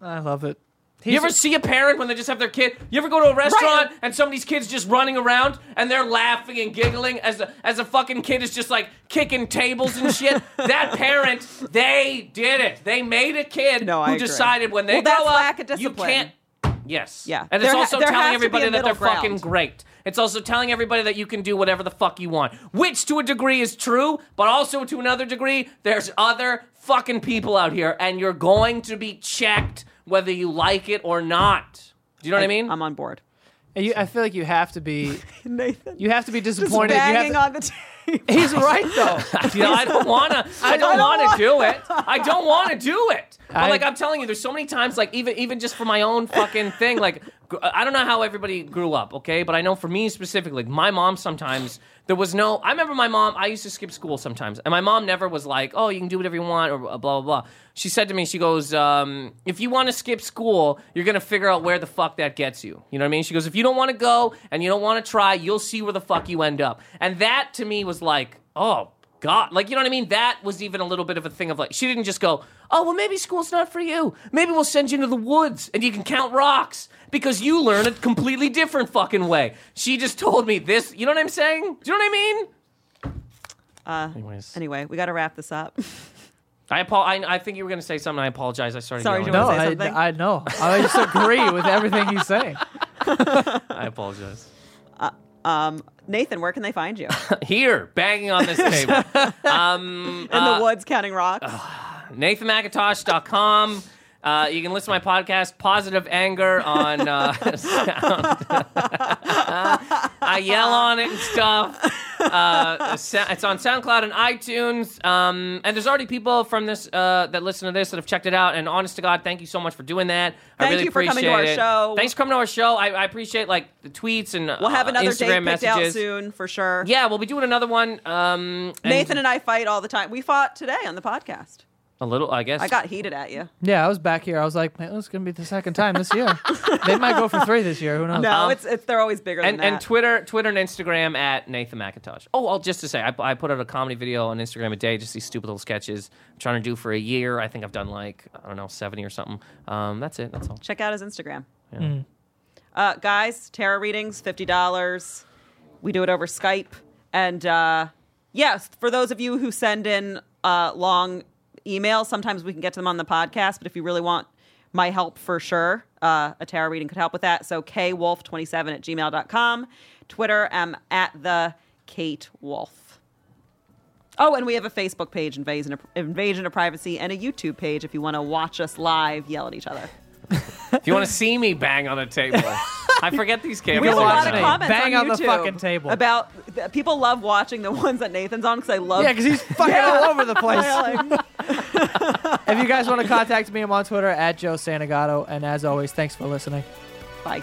Speaker 6: I love it.
Speaker 4: You ever see a parent when they just have their kid? You ever go to a restaurant and somebody's kid's just running around and they're laughing and giggling as a, as a fucking kid is just like kicking tables and shit? that parent, they did it. They made a kid
Speaker 3: No, I
Speaker 4: who
Speaker 3: agree.
Speaker 4: decided when they
Speaker 3: Well, that's
Speaker 4: grow up,
Speaker 3: lack of
Speaker 4: you
Speaker 3: discipline.
Speaker 4: can't. Yes.
Speaker 3: Yeah.
Speaker 4: And it's
Speaker 3: There ha-
Speaker 4: also
Speaker 3: there has
Speaker 4: telling
Speaker 3: to be
Speaker 4: everybody
Speaker 3: a
Speaker 4: that they're
Speaker 3: middle ground.
Speaker 4: fucking great. It's also telling everybody that you can do whatever the fuck you want, which to a degree is true, but also to another degree, there's other fucking people out here, and you're going to be checked whether you like it or not. Do you know what I mean?
Speaker 3: i'm on board
Speaker 6: You, I feel like you have to be.
Speaker 3: nathan
Speaker 6: You have to be
Speaker 3: just
Speaker 6: disappointed. You have
Speaker 3: banging
Speaker 6: to-
Speaker 3: on the table
Speaker 6: he's right though.
Speaker 4: You know, I don't wanna. I don't wanna do it. I don't wanna do it. But
Speaker 6: I-
Speaker 4: like I'm telling you, there's so many times, like even even just for my own fucking thing, like gr- I don't know how everybody grew up, okay? But I know for me specifically, my mom sometimes there was no. I remember my mom. I used to skip school sometimes, and my mom never was like, "Oh, you can do whatever you want," or uh, blah blah blah. She said to me, she goes, um, "If you want to skip school, you're gonna figure out where the fuck that gets you." You know what I mean? She goes, "If you don't want to go and you don't want to try, you'll see where the fuck you end up." And that to me was like, oh God, like you know what I mean? That was even a little bit of a thing of like she didn't just go, oh well, maybe school's not for you. Maybe we'll send you into the woods and you can count rocks because you learn a completely different fucking way. She just told me this. You know what I'm saying? Do you know what I mean?
Speaker 3: Anyway, we got to wrap this up.
Speaker 4: I, apo- I I think you were gonna say something. I apologize. I started.
Speaker 3: Sorry,
Speaker 4: yelling.
Speaker 3: Joel.
Speaker 6: No,
Speaker 3: Wanna say
Speaker 6: I,
Speaker 3: something?
Speaker 6: I know. I just agree with everything he's saying.
Speaker 4: I apologize.
Speaker 3: Um, Nathan, where can they find you?
Speaker 4: Here, banging on this table.
Speaker 3: In
Speaker 4: Uh,
Speaker 3: the woods, counting rocks.
Speaker 4: NathanMcIntosh.com. Uh, you can listen to my podcast, Positive Anger, on uh, Sound. I yell on it and stuff. Uh, so- it's on SoundCloud and iTunes. Um, and there's already people from this uh, that listen to this that have checked it out. And honest to God, thank you so much for doing that. I
Speaker 3: Thank
Speaker 4: really
Speaker 3: you for coming to
Speaker 4: appreciate
Speaker 3: our
Speaker 4: it.
Speaker 3: show.
Speaker 4: Thanks for coming to our show. I, I appreciate like the tweets and uh,
Speaker 3: we'll have another
Speaker 4: Instagram
Speaker 3: date picked
Speaker 4: messages.
Speaker 3: out soon for sure.
Speaker 4: Yeah, we'll be doing another one. Um, and
Speaker 3: Nathan and I fight all the time. We fought today on the podcast.
Speaker 4: a little, I guess.
Speaker 3: I got heated at you.
Speaker 6: Yeah, I was back here. I was like, man, this is gonna be the second time this year. they might go for three this year. Who knows?
Speaker 3: No,
Speaker 4: Um,
Speaker 3: it's, it's they're always bigger
Speaker 4: and,
Speaker 3: than that.
Speaker 4: and Twitter, Twitter and Instagram at Nathan McIntosh. Oh, well, just to say, I, I put out a comedy video on Instagram a day, just these stupid little sketches. I'm trying to do for a year. I think I've done like I don't know seventy or something. Um, that's it. That's all.
Speaker 3: Check out his Instagram. Uh, guys, tarot readings, fifty dollars. We do it over Skype, and uh, yes, for those of you who send in uh, long emails, sometimes we can get to them on the podcast. But if you really want my help, for sure, uh, a tarot reading could help with that. So kwolf27 at gmail.com. Twitter, am at the Kate Wolf. Oh, and we have a Facebook page, Invasion of, Invasion of Privacy, and a YouTube page if you want to watch us live yell at each other.
Speaker 4: If you want to see me bang on a table, I forget these cameras.
Speaker 3: We have a lot of
Speaker 4: sometimes.
Speaker 3: comments
Speaker 6: Bang
Speaker 3: on,
Speaker 6: on the
Speaker 3: YouTube
Speaker 6: fucking table.
Speaker 3: about people love watching the ones that Nathan's on because I love.
Speaker 6: Yeah, because he's fucking all over the place. if you guys want to contact me, I'm on Twitter at Joe Santagato. And as always, thanks for listening.
Speaker 3: Bye.